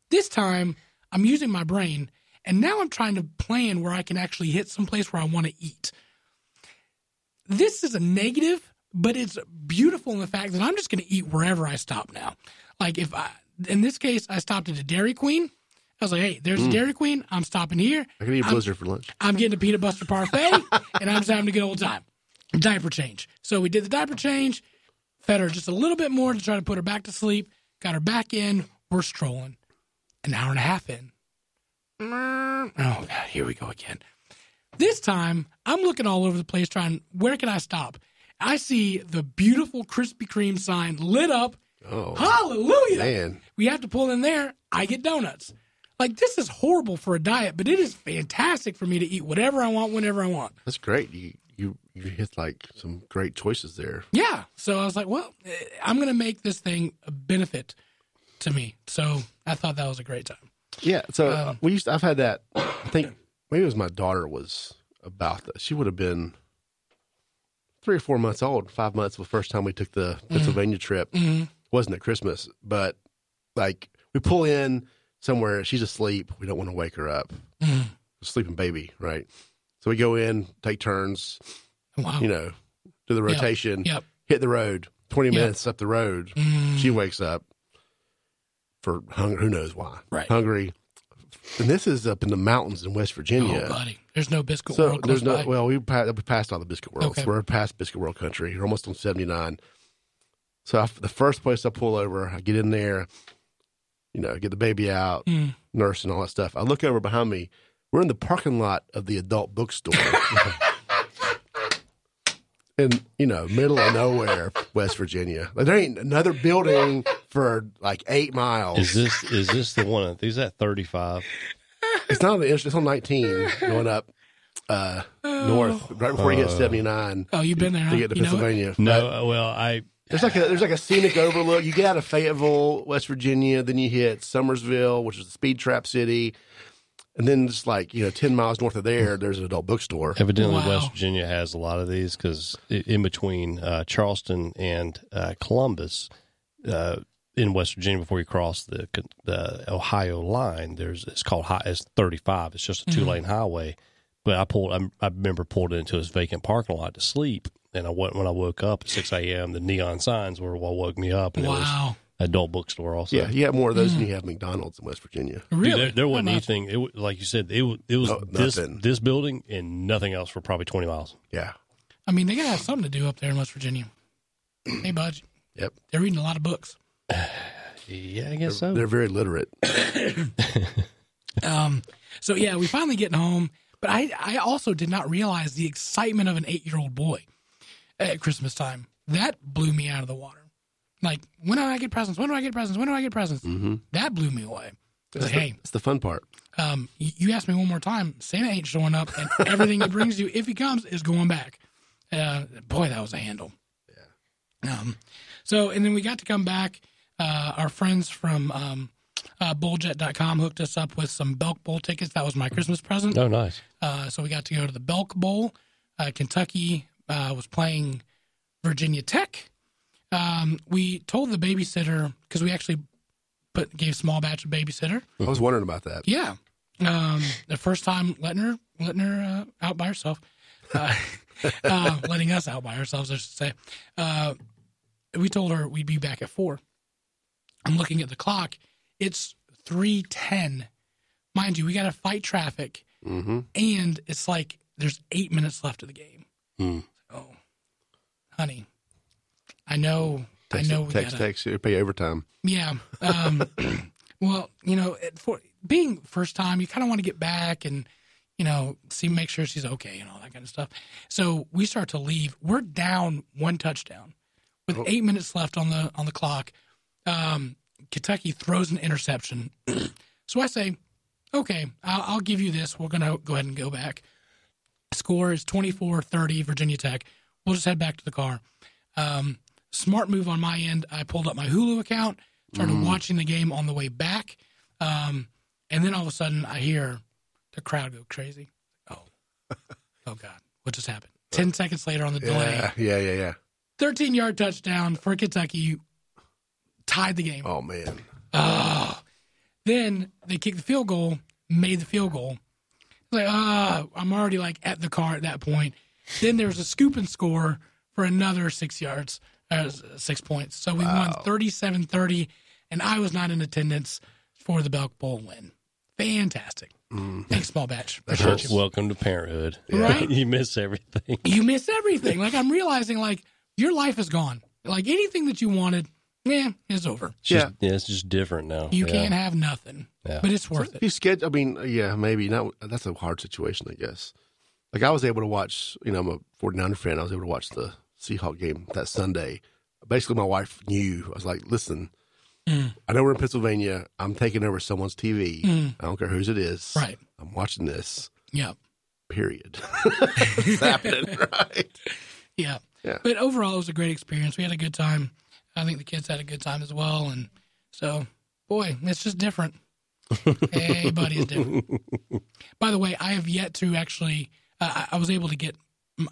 Speaker 1: This time I'm using my brain and now I'm trying to plan where I can actually hit someplace where I want to eat this is a negative, but it's beautiful in the fact that I'm just going to eat wherever I stop now. Like if I, in this case, I stopped at a Dairy Queen. I was like, hey, there's a Dairy Queen. I'm stopping here.
Speaker 2: I could eat a blizzard for lunch.
Speaker 1: I'm getting a peanut butter parfait, and I'm just having a good old time. Diaper change. So we did the diaper change, fed her just a little bit more to try to put her back to sleep, got her back in. We're strolling. An hour and a half in. Oh, God, here we go again. This time, I'm looking all over the place trying, where can I stop? I see the beautiful Krispy Kreme sign lit up.
Speaker 2: Oh
Speaker 1: Hallelujah!
Speaker 2: man.
Speaker 1: We have to pull in there. I get donuts. Like this is horrible for a diet, but it is fantastic for me to eat whatever I want whenever I want.
Speaker 2: That's great. You you you hit like some great choices there.
Speaker 1: Yeah. So I was like, well, eh, I'm going to make this thing a benefit to me. So I thought that was a great time.
Speaker 2: Yeah. So uh, we used. I've had that. I think maybe it was my daughter was about that. She would have been three or four months old. Five months was the first time we took the Pennsylvania trip. Wasn't at Christmas, but like we pull in somewhere. She's asleep. We don't want to wake her up. Sleeping baby, right? So we go in, take turns.
Speaker 1: Wow.
Speaker 2: You know, do the rotation.
Speaker 1: Yep.
Speaker 2: Hit the road. Twenty
Speaker 1: Yep. Mm.
Speaker 2: minutes up the road. She wakes up for hunger. Who knows why?
Speaker 1: Right.
Speaker 2: Hungry. And this is up in the mountains in West Virginia.
Speaker 1: Oh, buddy. There's no biscuit
Speaker 2: so
Speaker 1: world.
Speaker 2: there's
Speaker 1: close
Speaker 2: no.
Speaker 1: by.
Speaker 2: Well, we passed, we passed all the biscuit worlds.
Speaker 1: Okay.
Speaker 2: We're past biscuit world country. We're almost on seventy nine. So I, the first place I pull over, I get in there. You know, get the baby out,
Speaker 1: Hmm.
Speaker 2: nurse and all that stuff. I look over behind me. We're in the parking lot of the adult bookstore. in you know middle of nowhere, West Virginia. Like, there ain't another building for like eight miles.
Speaker 3: Is this is this the one? Is that thirty five?
Speaker 2: It's not on the interest. It's on 19 going up uh, north, right before you hit 79
Speaker 1: oh, you've been there.
Speaker 2: to
Speaker 1: Huh?
Speaker 2: get to
Speaker 1: You know it?
Speaker 2: Pennsylvania.
Speaker 3: No.
Speaker 2: But
Speaker 3: uh, Well, I
Speaker 2: there's like a there's like a scenic overlook. You get out of Fayetteville, West Virginia, then you hit Summersville, which is the speed trap city, and then just like you know 10 miles north of there,
Speaker 1: Mm.
Speaker 2: there's an adult bookstore.
Speaker 3: evidently
Speaker 1: Wow.
Speaker 3: West Virginia has a lot of these because in between uh, Charleston and uh, Columbus, uh, in West Virginia, before you cross the the Ohio line, there's it's called high, it's thirty five. It's
Speaker 1: Mm-hmm.
Speaker 3: just a two lane highway. But I pulled. I, I remember pulled into this vacant parking lot to sleep, and I wa- when I woke up at six a.m., the neon signs were what woke me up, and it was
Speaker 1: Wow.
Speaker 3: adult bookstore also.
Speaker 2: Yeah, you have more of those
Speaker 1: Mm.
Speaker 2: than you have McDonald's in West Virginia.
Speaker 1: Really?
Speaker 3: Dude, there, there wasn't
Speaker 1: I'm not-
Speaker 3: anything. It wa- like you said, it, wa- it was
Speaker 2: No,
Speaker 3: this
Speaker 2: nothing.
Speaker 3: this building and nothing else for probably twenty miles.
Speaker 2: Yeah,
Speaker 1: I mean, they got to have something to do up there in West Virginia. Hey, bud.
Speaker 2: yep.
Speaker 1: They're reading a lot of books.
Speaker 3: Yeah, I guess so.
Speaker 2: They're very literate.
Speaker 1: Um, so yeah, we finally getting home, but I I also did not realize the excitement of an eight year old boy at Christmas time. That blew me out of the water. Like when do I get presents? When do I get presents? When do I get presents? That blew me away. It's Like, hey,
Speaker 2: It's the fun part.
Speaker 1: um, y- you asked me one more time. Santa ain't showing up, and everything he brings you, if he comes, is going back. Uh, boy, that was a handle. Yeah. Um, so, and then we got to come back. Uh, our friends from um, uh, bulljet.com hooked us up with some Belk Bowl tickets. That was my Christmas present.
Speaker 3: Oh, nice.
Speaker 1: Uh, so we got to go to the Belk Bowl. Uh, Kentucky uh, was playing Virginia Tech. Um, we told the babysitter because we actually put gave small batch a babysitter.
Speaker 2: I was wondering about that.
Speaker 1: Mm-hmm. Yeah. Um, the first time letting her, letting her uh, out by herself, uh, uh, letting us out by ourselves, I should say. Uh, we told her we'd be back at four. I'm looking at the clock. It's three ten, mind you. We got to fight traffic, and it's like there's eight minutes left of the game. Oh, honey, I know,
Speaker 2: Text,
Speaker 1: I know, we
Speaker 2: text,
Speaker 1: gotta,
Speaker 2: text. You pay overtime.
Speaker 1: yeah. Um, well, you know, it- for being first time, you kind of want to get back and you know see, make sure she's okay and all that kind of stuff. So we start to leave. We're down one touchdown with eight minutes left on the on the clock, um, Kentucky throws an interception. so I say, okay, I'll, I'll give you this. We're gonna go ahead and go back. Score is 24-30 Virginia Tech. We'll just head back to the car. Um, smart move on my end. I pulled up my Hulu account, started watching the game on the way back, um, and then all of a sudden I hear the crowd go crazy. Oh, oh God, what just happened? Ten seconds later on the delay,
Speaker 2: Yeah, yeah, yeah, yeah.
Speaker 1: 13 yard touchdown for Kentucky, tied the game.
Speaker 2: Oh man,
Speaker 1: Ah. Then they kicked the field goal, made the field goal. Like, ah, I'm already like at the car at that point. Then there was a scoop and score for another six yards, uh, six points. So we won 37 30, and I was not in attendance for the Belk Bowl win. Fantastic. Thanks, small batch.
Speaker 3: Well, welcome to parenthood.
Speaker 1: Right?
Speaker 3: you miss everything.
Speaker 1: you miss everything. Like I'm realizing, like your life is gone. Like anything that you wanted, yeah, is over.
Speaker 3: It's just, yeah. it's just different now.
Speaker 1: You
Speaker 3: Yeah.
Speaker 1: can't have nothing,
Speaker 3: Yeah.
Speaker 1: but it's worth it.
Speaker 2: you schedule. I mean, yeah, maybe not. That's a hard situation, I guess. Like I was able to watch. You know, I'm a 49er fan. I was able to watch the Seahawk game that Sunday. Basically, my wife knew. I was like, "Listen,
Speaker 1: Mm.
Speaker 2: I know we're in Pennsylvania. I'm taking over someone's TV. I don't care whose it is.
Speaker 1: Right.
Speaker 2: I'm watching this.
Speaker 1: Yeah,
Speaker 2: Period. it's happening, right?
Speaker 1: yeah,
Speaker 2: Yeah.
Speaker 1: But overall, it was a great experience. We had a good time. I think the kids had a good time as well, and so boy, it's just different. Everybody is different. By the way, I have yet to actually. Uh, I I was able to get m-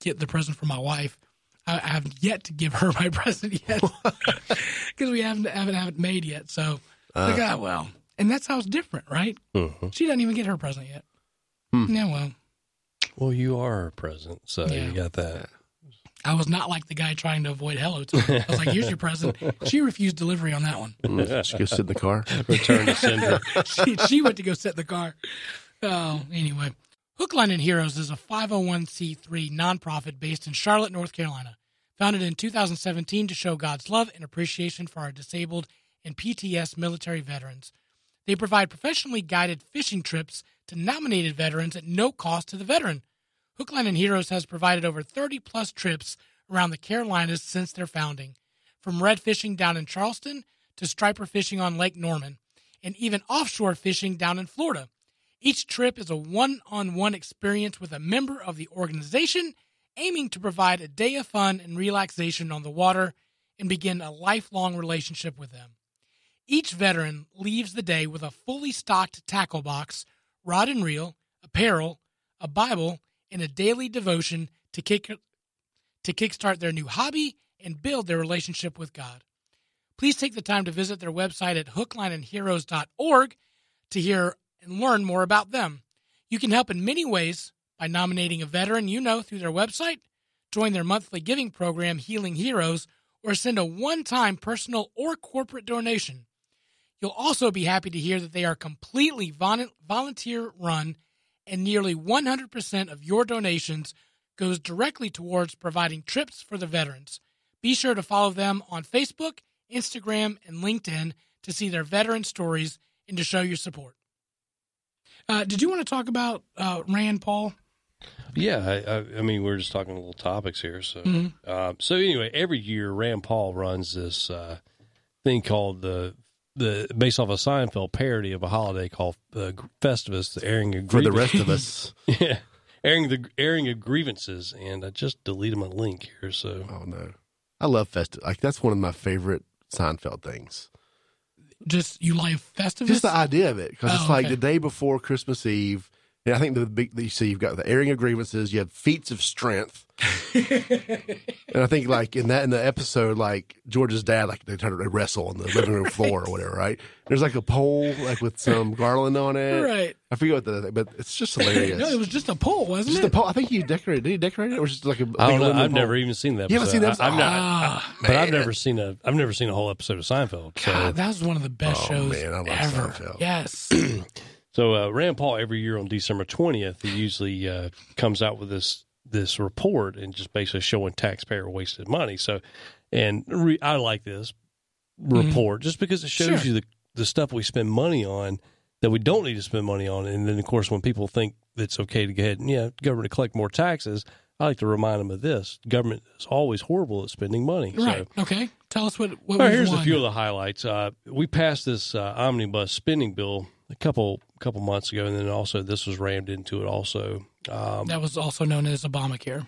Speaker 1: get the present for my wife. I, I have yet to give her my present yet because we haven't haven't haven't made yet. So like, ah, well, and that's how it's different, right?
Speaker 3: Mhm.
Speaker 1: She doesn't even get her present yet.
Speaker 3: Hmm.
Speaker 1: Yeah, well,
Speaker 3: Well, you are a present, so
Speaker 1: Yeah.
Speaker 3: you got that.
Speaker 1: I was not like the guy trying to avoid hello. Today. I was like, here's your present. She refused delivery on that one.
Speaker 2: Mm, She goes sit in the car.
Speaker 3: Return to sender.
Speaker 1: she, she went to go set the car. Oh, anyway. Hookline and Heroes is a 501c3 nonprofit based in Charlotte, North Carolina, founded in 2017 to show God's love and appreciation for our disabled and PTS military veterans. They provide professionally guided fishing trips to nominated veterans at no cost to the veteran. Hookline and Heroes has provided over 30 plus trips around the Carolinas since their founding, from red fishing down in Charleston to striper fishing on Lake Norman, and even offshore fishing down in Florida. Each trip is a one on one experience with a member of the organization, aiming to provide a day of fun and relaxation on the water and begin a lifelong relationship with them. Each veteran leaves the day with a fully stocked tackle box, rod and reel, apparel, a Bible, and a daily devotion to kick to kickstart their new hobby and build their relationship with God. Please take the time to visit their website at hooklineandheroes.org to hear and learn more about them. You can help in many ways by nominating a veteran you know through their website, join their monthly giving program, Healing Heroes, or send a one time personal or corporate donation. You'll also be happy to hear that they are completely von- volunteer run and nearly 100% of your donations goes directly towards providing trips for the veterans. Be sure to follow them on Facebook, Instagram, and LinkedIn to see their veteran stories and to show your support. Uh, did you want to talk about uh, Rand Paul?
Speaker 3: Yeah, I, I, I mean, we're just talking little topics here. So,
Speaker 1: Mm-hmm.
Speaker 3: uh, so anyway, every year Rand Paul runs this uh, thing called the the based off a Seinfeld parody of a holiday called uh, Festivus, the airing of
Speaker 2: For the
Speaker 3: grievances-
Speaker 2: rest of us,
Speaker 3: yeah, airing the airing of grievances, and I just deleted my link here. So
Speaker 2: oh no, I love Festive. Like that's one of my favorite Seinfeld things.
Speaker 1: Just you live Festivus?
Speaker 2: just the idea of it because
Speaker 1: Oh,
Speaker 2: it's like
Speaker 1: okay.
Speaker 2: the day before Christmas Eve. And I think the big you see you've got the airing of grievances, you have feats of strength, and I think like in that in the episode, like George's dad, like they turned to wrestle on the living room floor or whatever, right? There's like a pole like with some garland on it,
Speaker 1: Right.
Speaker 2: I forget what the but it's just hilarious.
Speaker 1: no, it was just a poll, wasn't
Speaker 2: just
Speaker 1: it?
Speaker 2: the pole. I think you decorated. Did you decorate it or was it just like a?
Speaker 3: I don't
Speaker 2: big
Speaker 3: know.
Speaker 2: aluminum
Speaker 3: I've
Speaker 2: pole?
Speaker 3: never even seen that.
Speaker 2: You haven't seen
Speaker 3: episode.
Speaker 2: that
Speaker 3: I, am
Speaker 2: episode?
Speaker 3: not,
Speaker 1: Ah,
Speaker 3: but I've never seen a I've never seen a whole episode of Seinfeld. So.
Speaker 1: God, that was one of the best
Speaker 2: Oh,
Speaker 1: shows
Speaker 2: man, I love
Speaker 1: ever.
Speaker 2: Seinfeld.
Speaker 1: Yes.
Speaker 3: So uh, Rand Paul every year on December twentieth, he usually uh, comes out with this this report and just basically showing taxpayer wasted money. So, and re- I like this report just because it shows
Speaker 1: Mm-hmm. Sure.
Speaker 3: you the the stuff we spend money on that we don't need to spend money on. And then of course, when people think it's okay to go ahead and yeah, government to collect more taxes, I like to remind them of this. Government is always horrible at spending money.
Speaker 1: Right.
Speaker 3: So,
Speaker 1: Okay. Tell us what what
Speaker 3: all right,
Speaker 1: we've
Speaker 3: here's
Speaker 1: won.
Speaker 3: a few of the highlights. Uh, we passed this uh, omnibus spending bill a couple couple months ago, and then also this was rammed into it. Also, um,
Speaker 1: That was also known as Obamacare.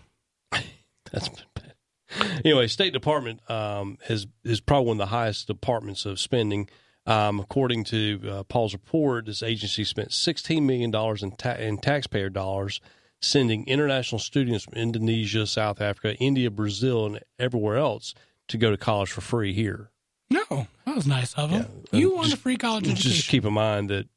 Speaker 3: That's been bad. Anyway, State Department um, has is probably one of the highest departments of spending. Um, according to uh, Paul's report, this agency spent sixteen million dollars in, ta- in taxpayer dollars sending international students from Indonesia, South Africa, India, Brazil, and everywhere else to go to college for free here.
Speaker 1: No, that was nice of them.
Speaker 3: Yeah,
Speaker 1: you
Speaker 3: um,
Speaker 1: want a
Speaker 3: just-
Speaker 1: free college education?
Speaker 3: Just keep in mind that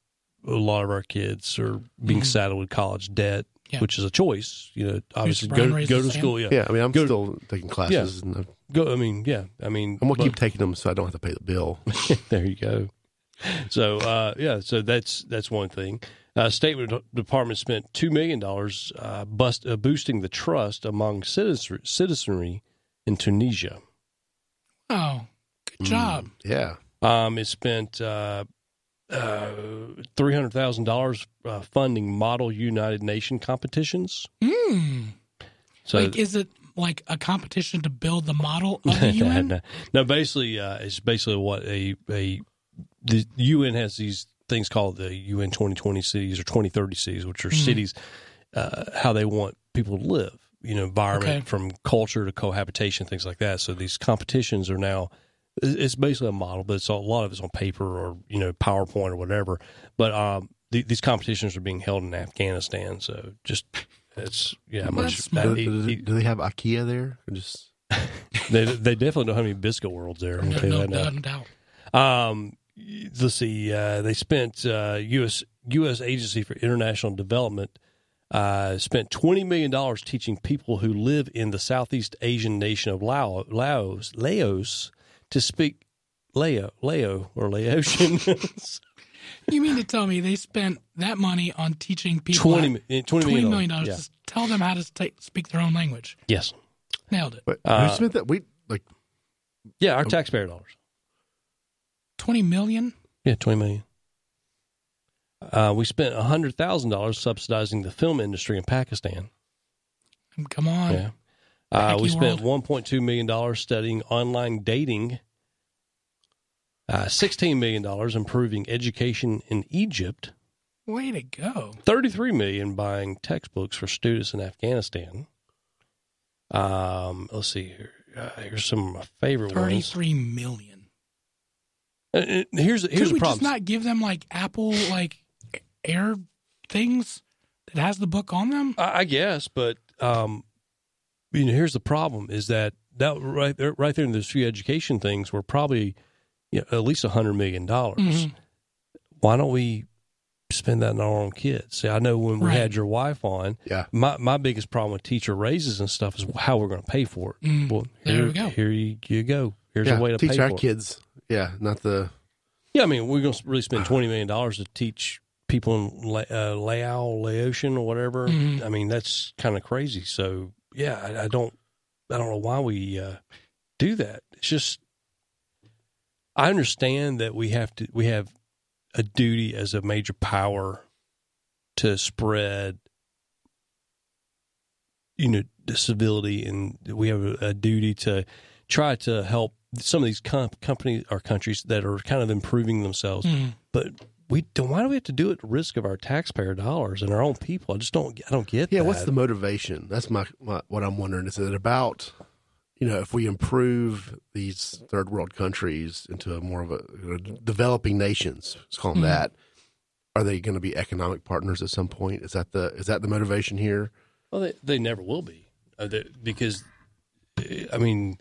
Speaker 3: a lot of our kids are being saddled with college
Speaker 1: Mm-hmm.
Speaker 3: debt,
Speaker 1: Yeah.
Speaker 3: which is a choice. You know, obviously
Speaker 1: Brian
Speaker 3: go
Speaker 1: raised
Speaker 3: go
Speaker 1: his
Speaker 3: to
Speaker 1: hand?
Speaker 3: school. Yeah,
Speaker 2: Yeah, I mean, I'm still taking classes, and I'm
Speaker 3: go. I mean, yeah, I mean,
Speaker 2: I'm gonna
Speaker 3: but-
Speaker 2: keep taking them so I don't have to pay the bill.
Speaker 3: there you go. So uh, yeah, so that's that's one thing. Uh, State De- Department spent two million dollars uh, bust, uh, boosting the trust among citizen, citizenry in Tunisia.
Speaker 1: oh,
Speaker 3: Mm.
Speaker 1: good job.
Speaker 2: Yeah,
Speaker 3: Um, it spent uh, uh, three hundred thousand dollars uh, funding Model United Nation competitions.
Speaker 1: Hmm.
Speaker 3: So
Speaker 1: like, is it like a competition to build the model of the UN?
Speaker 3: no, no, basically, uh, it's basically what a a the UN has these things called the UN 2020 cities or 2030 cities, which
Speaker 1: Mm-hmm.
Speaker 3: are cities uh, how they want people to live. You know, environment
Speaker 1: Okay.
Speaker 3: from culture to cohabitation, things like that. So these competitions are now. it- It's basically a model, but it's a a lot of it's on paper or you know PowerPoint or whatever. But um, the, these competitions are being held in Afghanistan, so just it's yeah. I'm
Speaker 1: That's
Speaker 3: sure-
Speaker 1: smart.
Speaker 2: do,
Speaker 3: that-
Speaker 2: do-
Speaker 3: he-
Speaker 2: do- do they have IKEA there? Or just
Speaker 3: they they definitely don't have any biscuit worlds there. I'm
Speaker 1: No,
Speaker 3: gonna tell you
Speaker 1: no,
Speaker 3: that now.
Speaker 1: doubt, no doubt.
Speaker 3: Um, let's see. Uh, they spent uh, U.S. U.S. Agency for International Development uh, spent twenty million dollars teaching people who live in the Southeast Asian nation of Lao, Laos, Laos, to speak Lao, Lao, or Laotian.
Speaker 1: You mean to tell me they spent that money on teaching people how-
Speaker 3: twenty, eh, $20
Speaker 1: $20
Speaker 3: million.
Speaker 1: million dollars
Speaker 3: Yeah.
Speaker 1: to tell them how to take, speak their own language?
Speaker 3: Yes.
Speaker 1: Nailed it.
Speaker 2: but
Speaker 3: Uh,
Speaker 2: who spent that? We like
Speaker 3: Yeah,
Speaker 1: Oh.
Speaker 3: our taxpayer dollars.
Speaker 1: Twenty million.
Speaker 3: Yeah, twenty million. Uh, we spent hundred thousand dollars subsidizing the film industry in Pakistan.
Speaker 1: Come on.
Speaker 3: Yeah. Uh,
Speaker 1: Wacky
Speaker 3: we spent
Speaker 1: world.
Speaker 3: $1.2 million studying online dating, uh, $16 million improving education in Egypt,
Speaker 1: Way to go.
Speaker 3: $33 million buying textbooks for students in Afghanistan. Um, let's see here. Uh, here's some of my favorite ones.
Speaker 1: Thirty-three million.
Speaker 3: Uh, uh, here's here's
Speaker 1: Could
Speaker 3: the
Speaker 1: we just
Speaker 3: problem.
Speaker 1: not give them like Apple like Air things that has the book on them?
Speaker 3: I, I guess, but um, you know, here's the problem: is that that right there, right there in those few education things were probably you know, at least a hundred million dollars.
Speaker 1: Mhm.
Speaker 3: Why don't we spend that on our own kids? See, I know when we
Speaker 1: Right.
Speaker 3: had your wife on,
Speaker 2: yeah.
Speaker 3: my my biggest problem with teacher raises and stuff is how we're going to pay for it.
Speaker 1: Mm,
Speaker 3: Well,
Speaker 1: there
Speaker 3: here,
Speaker 1: we go.
Speaker 3: Here you, you go. Here's
Speaker 2: yeah,
Speaker 3: a way to
Speaker 2: teach
Speaker 3: pay
Speaker 2: our
Speaker 3: for it.
Speaker 2: kids. Yeah, not the
Speaker 3: Yeah, I mean, we're going to really spend twenty million dollars to teach people in La- uh, Lao, Laotian, or whatever.
Speaker 1: Mhm.
Speaker 3: I mean, that's kind of crazy. So, yeah, I, I don't, I don't know why we uh, do that. It's just, I understand that we have to, we have a duty as a major power to spread, you know, the civility, and we have a, a duty to try to help some of these com- companies or countries that are kind of improving themselves.
Speaker 2: Mm-hmm.
Speaker 1: Mm.
Speaker 3: But we don't. Why do we have to do it at the risk of our taxpayer dollars and our own people? I just don't. I don't get.
Speaker 2: Yeah,
Speaker 3: that.
Speaker 2: what's the motivation? That's my, my what I'm wondering. Is it about you know if we improve these third world countries into a more of a you know, developing nations? Let's call them
Speaker 1: Mhm.
Speaker 2: that. Are they going to be economic partners at some point? Is that the is that the motivation here?
Speaker 3: Well, they, they never will be uh, they, because, uh, I mean,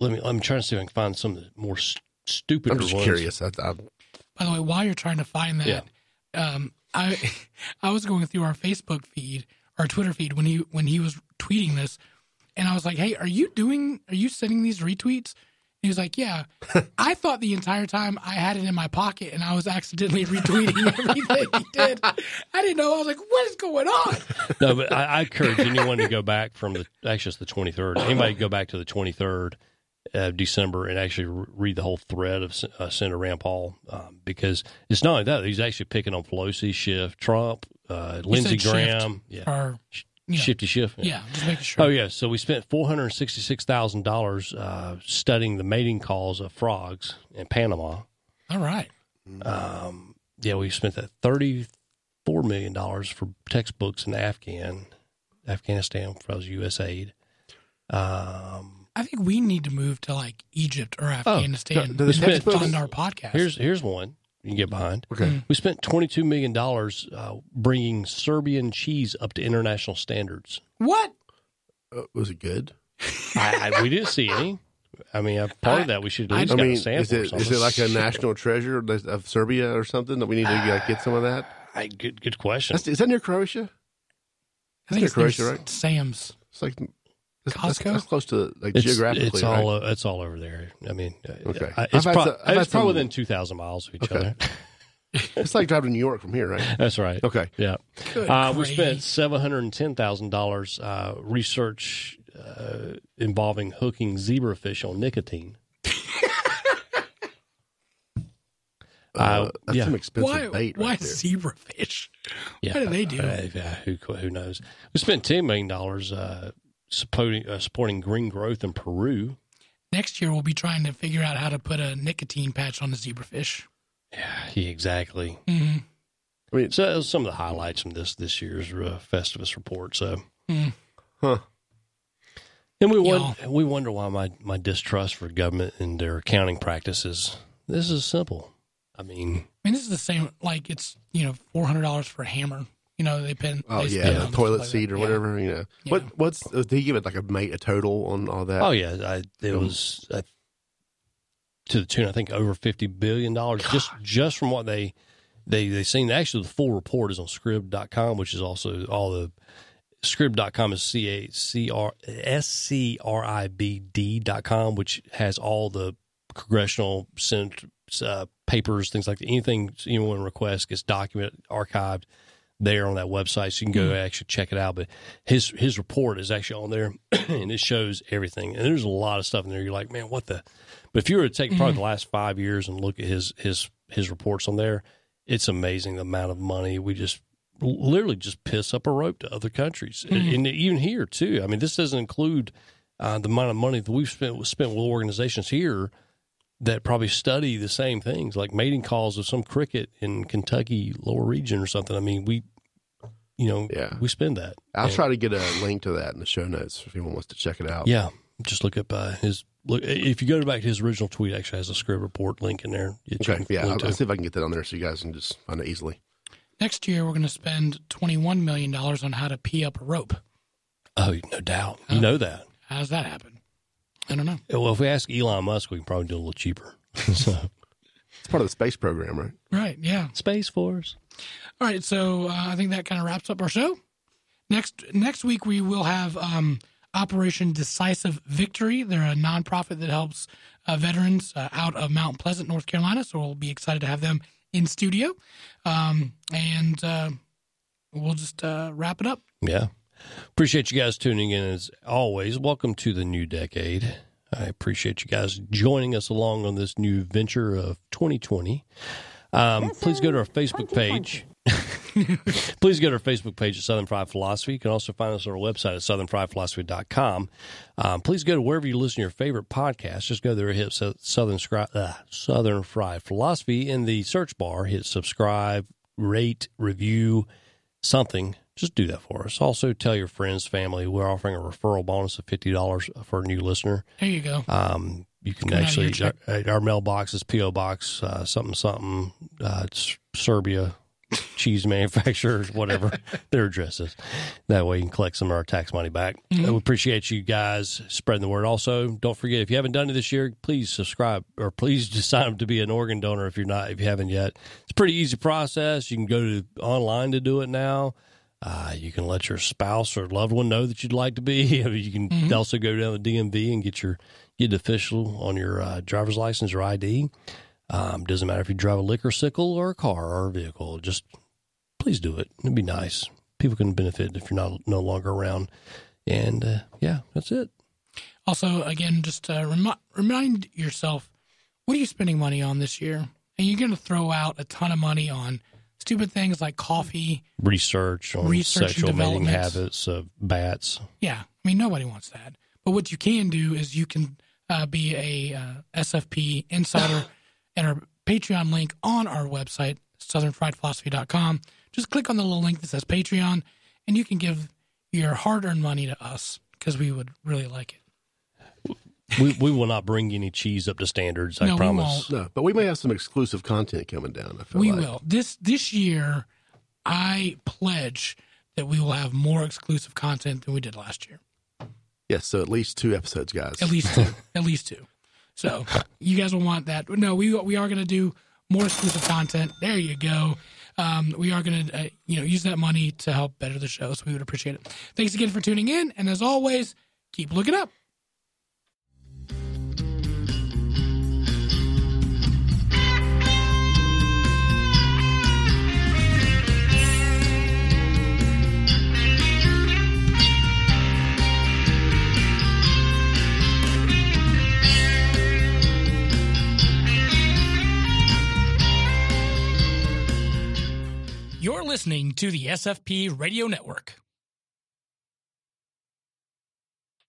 Speaker 3: let me. I'm trying to see if I can find some of the more st- stupid.
Speaker 2: I'm just
Speaker 3: ones.
Speaker 2: curious. I, I,
Speaker 1: By the way, while you're trying to find that, um, I I was going through our Facebook feed or Twitter feed when he when he was tweeting this, and I was like, "Hey, are you doing? Are you sending these retweets?" And he was like, "Yeah." I thought the entire time I had it in my pocket, and I was accidentally retweeting everything he did. I didn't know. I was like, "What is going on?"
Speaker 3: No, but I, I encourage anyone to go back from the actually it's the 23rd. Anybody go back to the 23rd of December and actually re- read the whole thread of S- uh, Senator Rand Paul um, because it's not only that he's actually picking on Pelosi, Schiff, Trump, uh,
Speaker 1: He
Speaker 3: Lindsey
Speaker 1: said shift
Speaker 3: Graham, yeah,
Speaker 1: or
Speaker 3: Sh-
Speaker 1: Yeah.
Speaker 3: Shifty shift.
Speaker 1: Yeah, just making sure.
Speaker 3: Oh yeah, so we spent four hundred sixty-six thousand uh, dollars studying the mating calls of frogs in Panama.
Speaker 1: All right.
Speaker 3: Um, yeah, we spent that thirty-four million dollars for textbooks in Afghan, Afghanistan for those USAID. Um,
Speaker 1: I think we need to move to like Egypt
Speaker 2: Oh,
Speaker 1: or Afghanistan
Speaker 2: do the
Speaker 1: and
Speaker 2: textbooks-
Speaker 1: fund our podcast.
Speaker 3: here's here's one you can get behind.
Speaker 2: Okay.
Speaker 3: We spent twenty-two million dollars uh, bringing Serbian cheese up to international standards.
Speaker 1: what?
Speaker 2: Uh, was it good?
Speaker 3: I, I, we didn't see any. I mean, uh, part of that we should at least
Speaker 2: I
Speaker 3: got
Speaker 2: mean,
Speaker 3: a sample.
Speaker 2: is
Speaker 3: or
Speaker 2: it is
Speaker 3: something.
Speaker 2: it like a national treasure of Serbia or something that we need to like, get some of that?
Speaker 3: I, good good question.
Speaker 2: That's, is that near Croatia?
Speaker 1: I think
Speaker 2: That's
Speaker 1: it's
Speaker 2: near
Speaker 1: their
Speaker 2: Croatia, right?
Speaker 1: Sam's.
Speaker 2: It's like that's, that's-
Speaker 1: Costco?
Speaker 2: That's close to like
Speaker 3: It's,
Speaker 2: geographically.
Speaker 3: it's
Speaker 2: right?
Speaker 3: all o- it's all over there. I mean, uh,
Speaker 2: Okay.
Speaker 3: I,
Speaker 2: I've
Speaker 3: it's,
Speaker 2: had
Speaker 3: pro-
Speaker 2: some- I've had
Speaker 3: it's probably
Speaker 2: some-
Speaker 3: within two thousand miles of each
Speaker 2: Okay.
Speaker 3: other.
Speaker 2: It's like driving to New York from here, right?
Speaker 3: That's right.
Speaker 2: Okay.
Speaker 3: Yeah,
Speaker 1: Good
Speaker 3: uh, we
Speaker 1: gravy.
Speaker 3: spent seven hundred and ten thousand dollars uh, research uh, involving hooking zebrafish on nicotine.
Speaker 2: Uh,
Speaker 3: Uh,
Speaker 2: that's
Speaker 3: yeah.
Speaker 2: some expensive
Speaker 1: Why?
Speaker 2: bait
Speaker 1: why
Speaker 2: right there.
Speaker 1: zebrafish? What do they do?
Speaker 3: Uh, yeah, who who knows? We spent ten million dollars uh, supporting uh, supporting green growth in Peru.
Speaker 1: Next year we'll be trying to figure out how to put a nicotine patch on a zebrafish.
Speaker 3: Yeah, exactly.
Speaker 1: hmm
Speaker 2: I mean,
Speaker 3: So that was some of the highlights from this this year's uh, Festivus report. So.
Speaker 1: Mm-hmm.
Speaker 2: huh?
Speaker 3: And we won- we wonder why my, my distrust for government and their accounting practices. This is simple. I mean,
Speaker 1: I mean, this is the same. Like it's you know four hundred dollars for a hammer. You know they pin.
Speaker 2: Oh
Speaker 1: they
Speaker 2: yeah,
Speaker 1: spend
Speaker 2: the
Speaker 1: on
Speaker 2: toilet
Speaker 1: stuff like
Speaker 2: seat
Speaker 1: that.
Speaker 2: or
Speaker 1: Yeah.
Speaker 2: whatever. You know,
Speaker 1: Yeah.
Speaker 2: what what's uh, did he give it like a mate a total on all that?
Speaker 3: oh yeah, I, it was uh, to the tune I think over fifty billion dollars just just from what they they they seen. Actually, the full report is on Scrib.com, which is also all the Scrib.com is c a c r s c r i b d dot com, which has all the congressional sent uh, papers, things like that. anything anyone requests gets documented, archived there on that website, so you can go actually check it out. But his his report is actually on there, and it shows everything. And there's a lot of stuff in there. You're like, man, what the? But if you were to take probably the last five years and look at his his his reports on there, it's amazing the amount of money we just literally just piss up a rope to other countries, and, and even here too. I mean, this doesn't include uh, the amount of money that we've spent spent with organizations here that probably study the same things, like mating calls of some cricket in Kentucky lower region or something. I mean, we, you know,
Speaker 2: Yeah.
Speaker 3: we spend that.
Speaker 2: I'll
Speaker 3: And-
Speaker 2: try to get a link to that in the show notes if anyone wants to check it out.
Speaker 3: Yeah, just look up uh, his. Look, if you go back to his original tweet, actually has a script report link in there. that you
Speaker 2: Okay.
Speaker 3: can
Speaker 2: Yeah.
Speaker 3: link
Speaker 2: I'll,
Speaker 3: to.
Speaker 2: I'll see if I can get that on there so you guys can just find it easily.
Speaker 1: Next year we're going to spend twenty one million dollars on how to pee up a rope.
Speaker 3: oh, no doubt, you know that.
Speaker 1: How does that happen? I don't know.
Speaker 3: Well, if we ask Elon Musk, we can probably do a little cheaper. so,
Speaker 2: It's part of the space program, right?
Speaker 1: Right? Yeah.
Speaker 3: Space Force.
Speaker 1: All right, so uh, I think that kind of wraps up our show. Next next week we will have um, Operation Decisive Victory. They're a nonprofit that helps uh, veterans uh, out of Mount Pleasant, North Carolina. So we'll be excited to have them in studio, um, and uh, we'll just uh, wrap it up.
Speaker 3: Yeah. Appreciate you guys tuning in as always. Welcome to the new decade. I appreciate you guys joining us along on this new venture of 2020. Um, please go to our Facebook page. please go to our Facebook page at Southern Fried Philosophy. You can also find us on our website at southernfriedphilosophy.com. Um, please go to wherever you listen to your favorite podcast. Just go there and hit Sou- Southern, Scri- uh, Southern Fried Philosophy in the search bar. Hit subscribe, rate, review, something, just do that for us. Also, tell your friends, family. We're offering a referral bonus of fifty dollars for a new listener.
Speaker 1: There you go.
Speaker 3: Um, you can
Speaker 1: Coming out of your
Speaker 3: actually our,
Speaker 1: check.
Speaker 3: our mailbox is PO Box uh, something something. Uh, it's Serbia cheese manufacturers, whatever their address is. That way, you can collect some of our tax money back. And we appreciate you guys spreading the word. Also, don't forget if you haven't done it this year, please subscribe or please just sign up to be an organ donor if you're not if you haven't yet. It's a pretty easy process. You can go to online to do it now. Uh, you can let your spouse or loved one know that you'd like to be. I mean, you can
Speaker 1: Mm-hmm.
Speaker 3: also go down to the DMV and get your get it official on your uh, driver's license or ID. Um, doesn't matter if you drive a liquor sickle or a car or a vehicle. Just please do it. It'd be nice. People can benefit if you're not no longer around. And uh, yeah, that's it.
Speaker 1: Also, again, just uh, remi- remind yourself what are you spending money on this year? And you're going to throw out a ton of money on stupid things like coffee.
Speaker 3: Research on
Speaker 1: Research and
Speaker 3: sexual mating
Speaker 1: development.
Speaker 3: habits of bats.
Speaker 1: Yeah, I mean nobody wants that. But what you can do is you can uh, be a uh, SFP insider at our Patreon link on our website southernfriedphilosophy.com. Just click on the little link that says Patreon, and you can give your hard-earned money to us because we would really like it.
Speaker 3: We, we will not bring any cheese up to standards, I
Speaker 1: No, we
Speaker 3: promise.
Speaker 2: No, but we may have some exclusive content coming down. I feel
Speaker 1: we
Speaker 2: like.
Speaker 1: will this this year. I pledge that we will have more exclusive content than we did last year.
Speaker 2: Yes, so at least two episodes, guys.
Speaker 1: At least two. at least two. So you guys will want that. No, we we are going to do more exclusive content. There you go. Um, we are going to uh, you know use that money to help better the show, so we would appreciate it. Thanks again for tuning in, and as always, keep looking up. You're listening to the SFP Radio Network.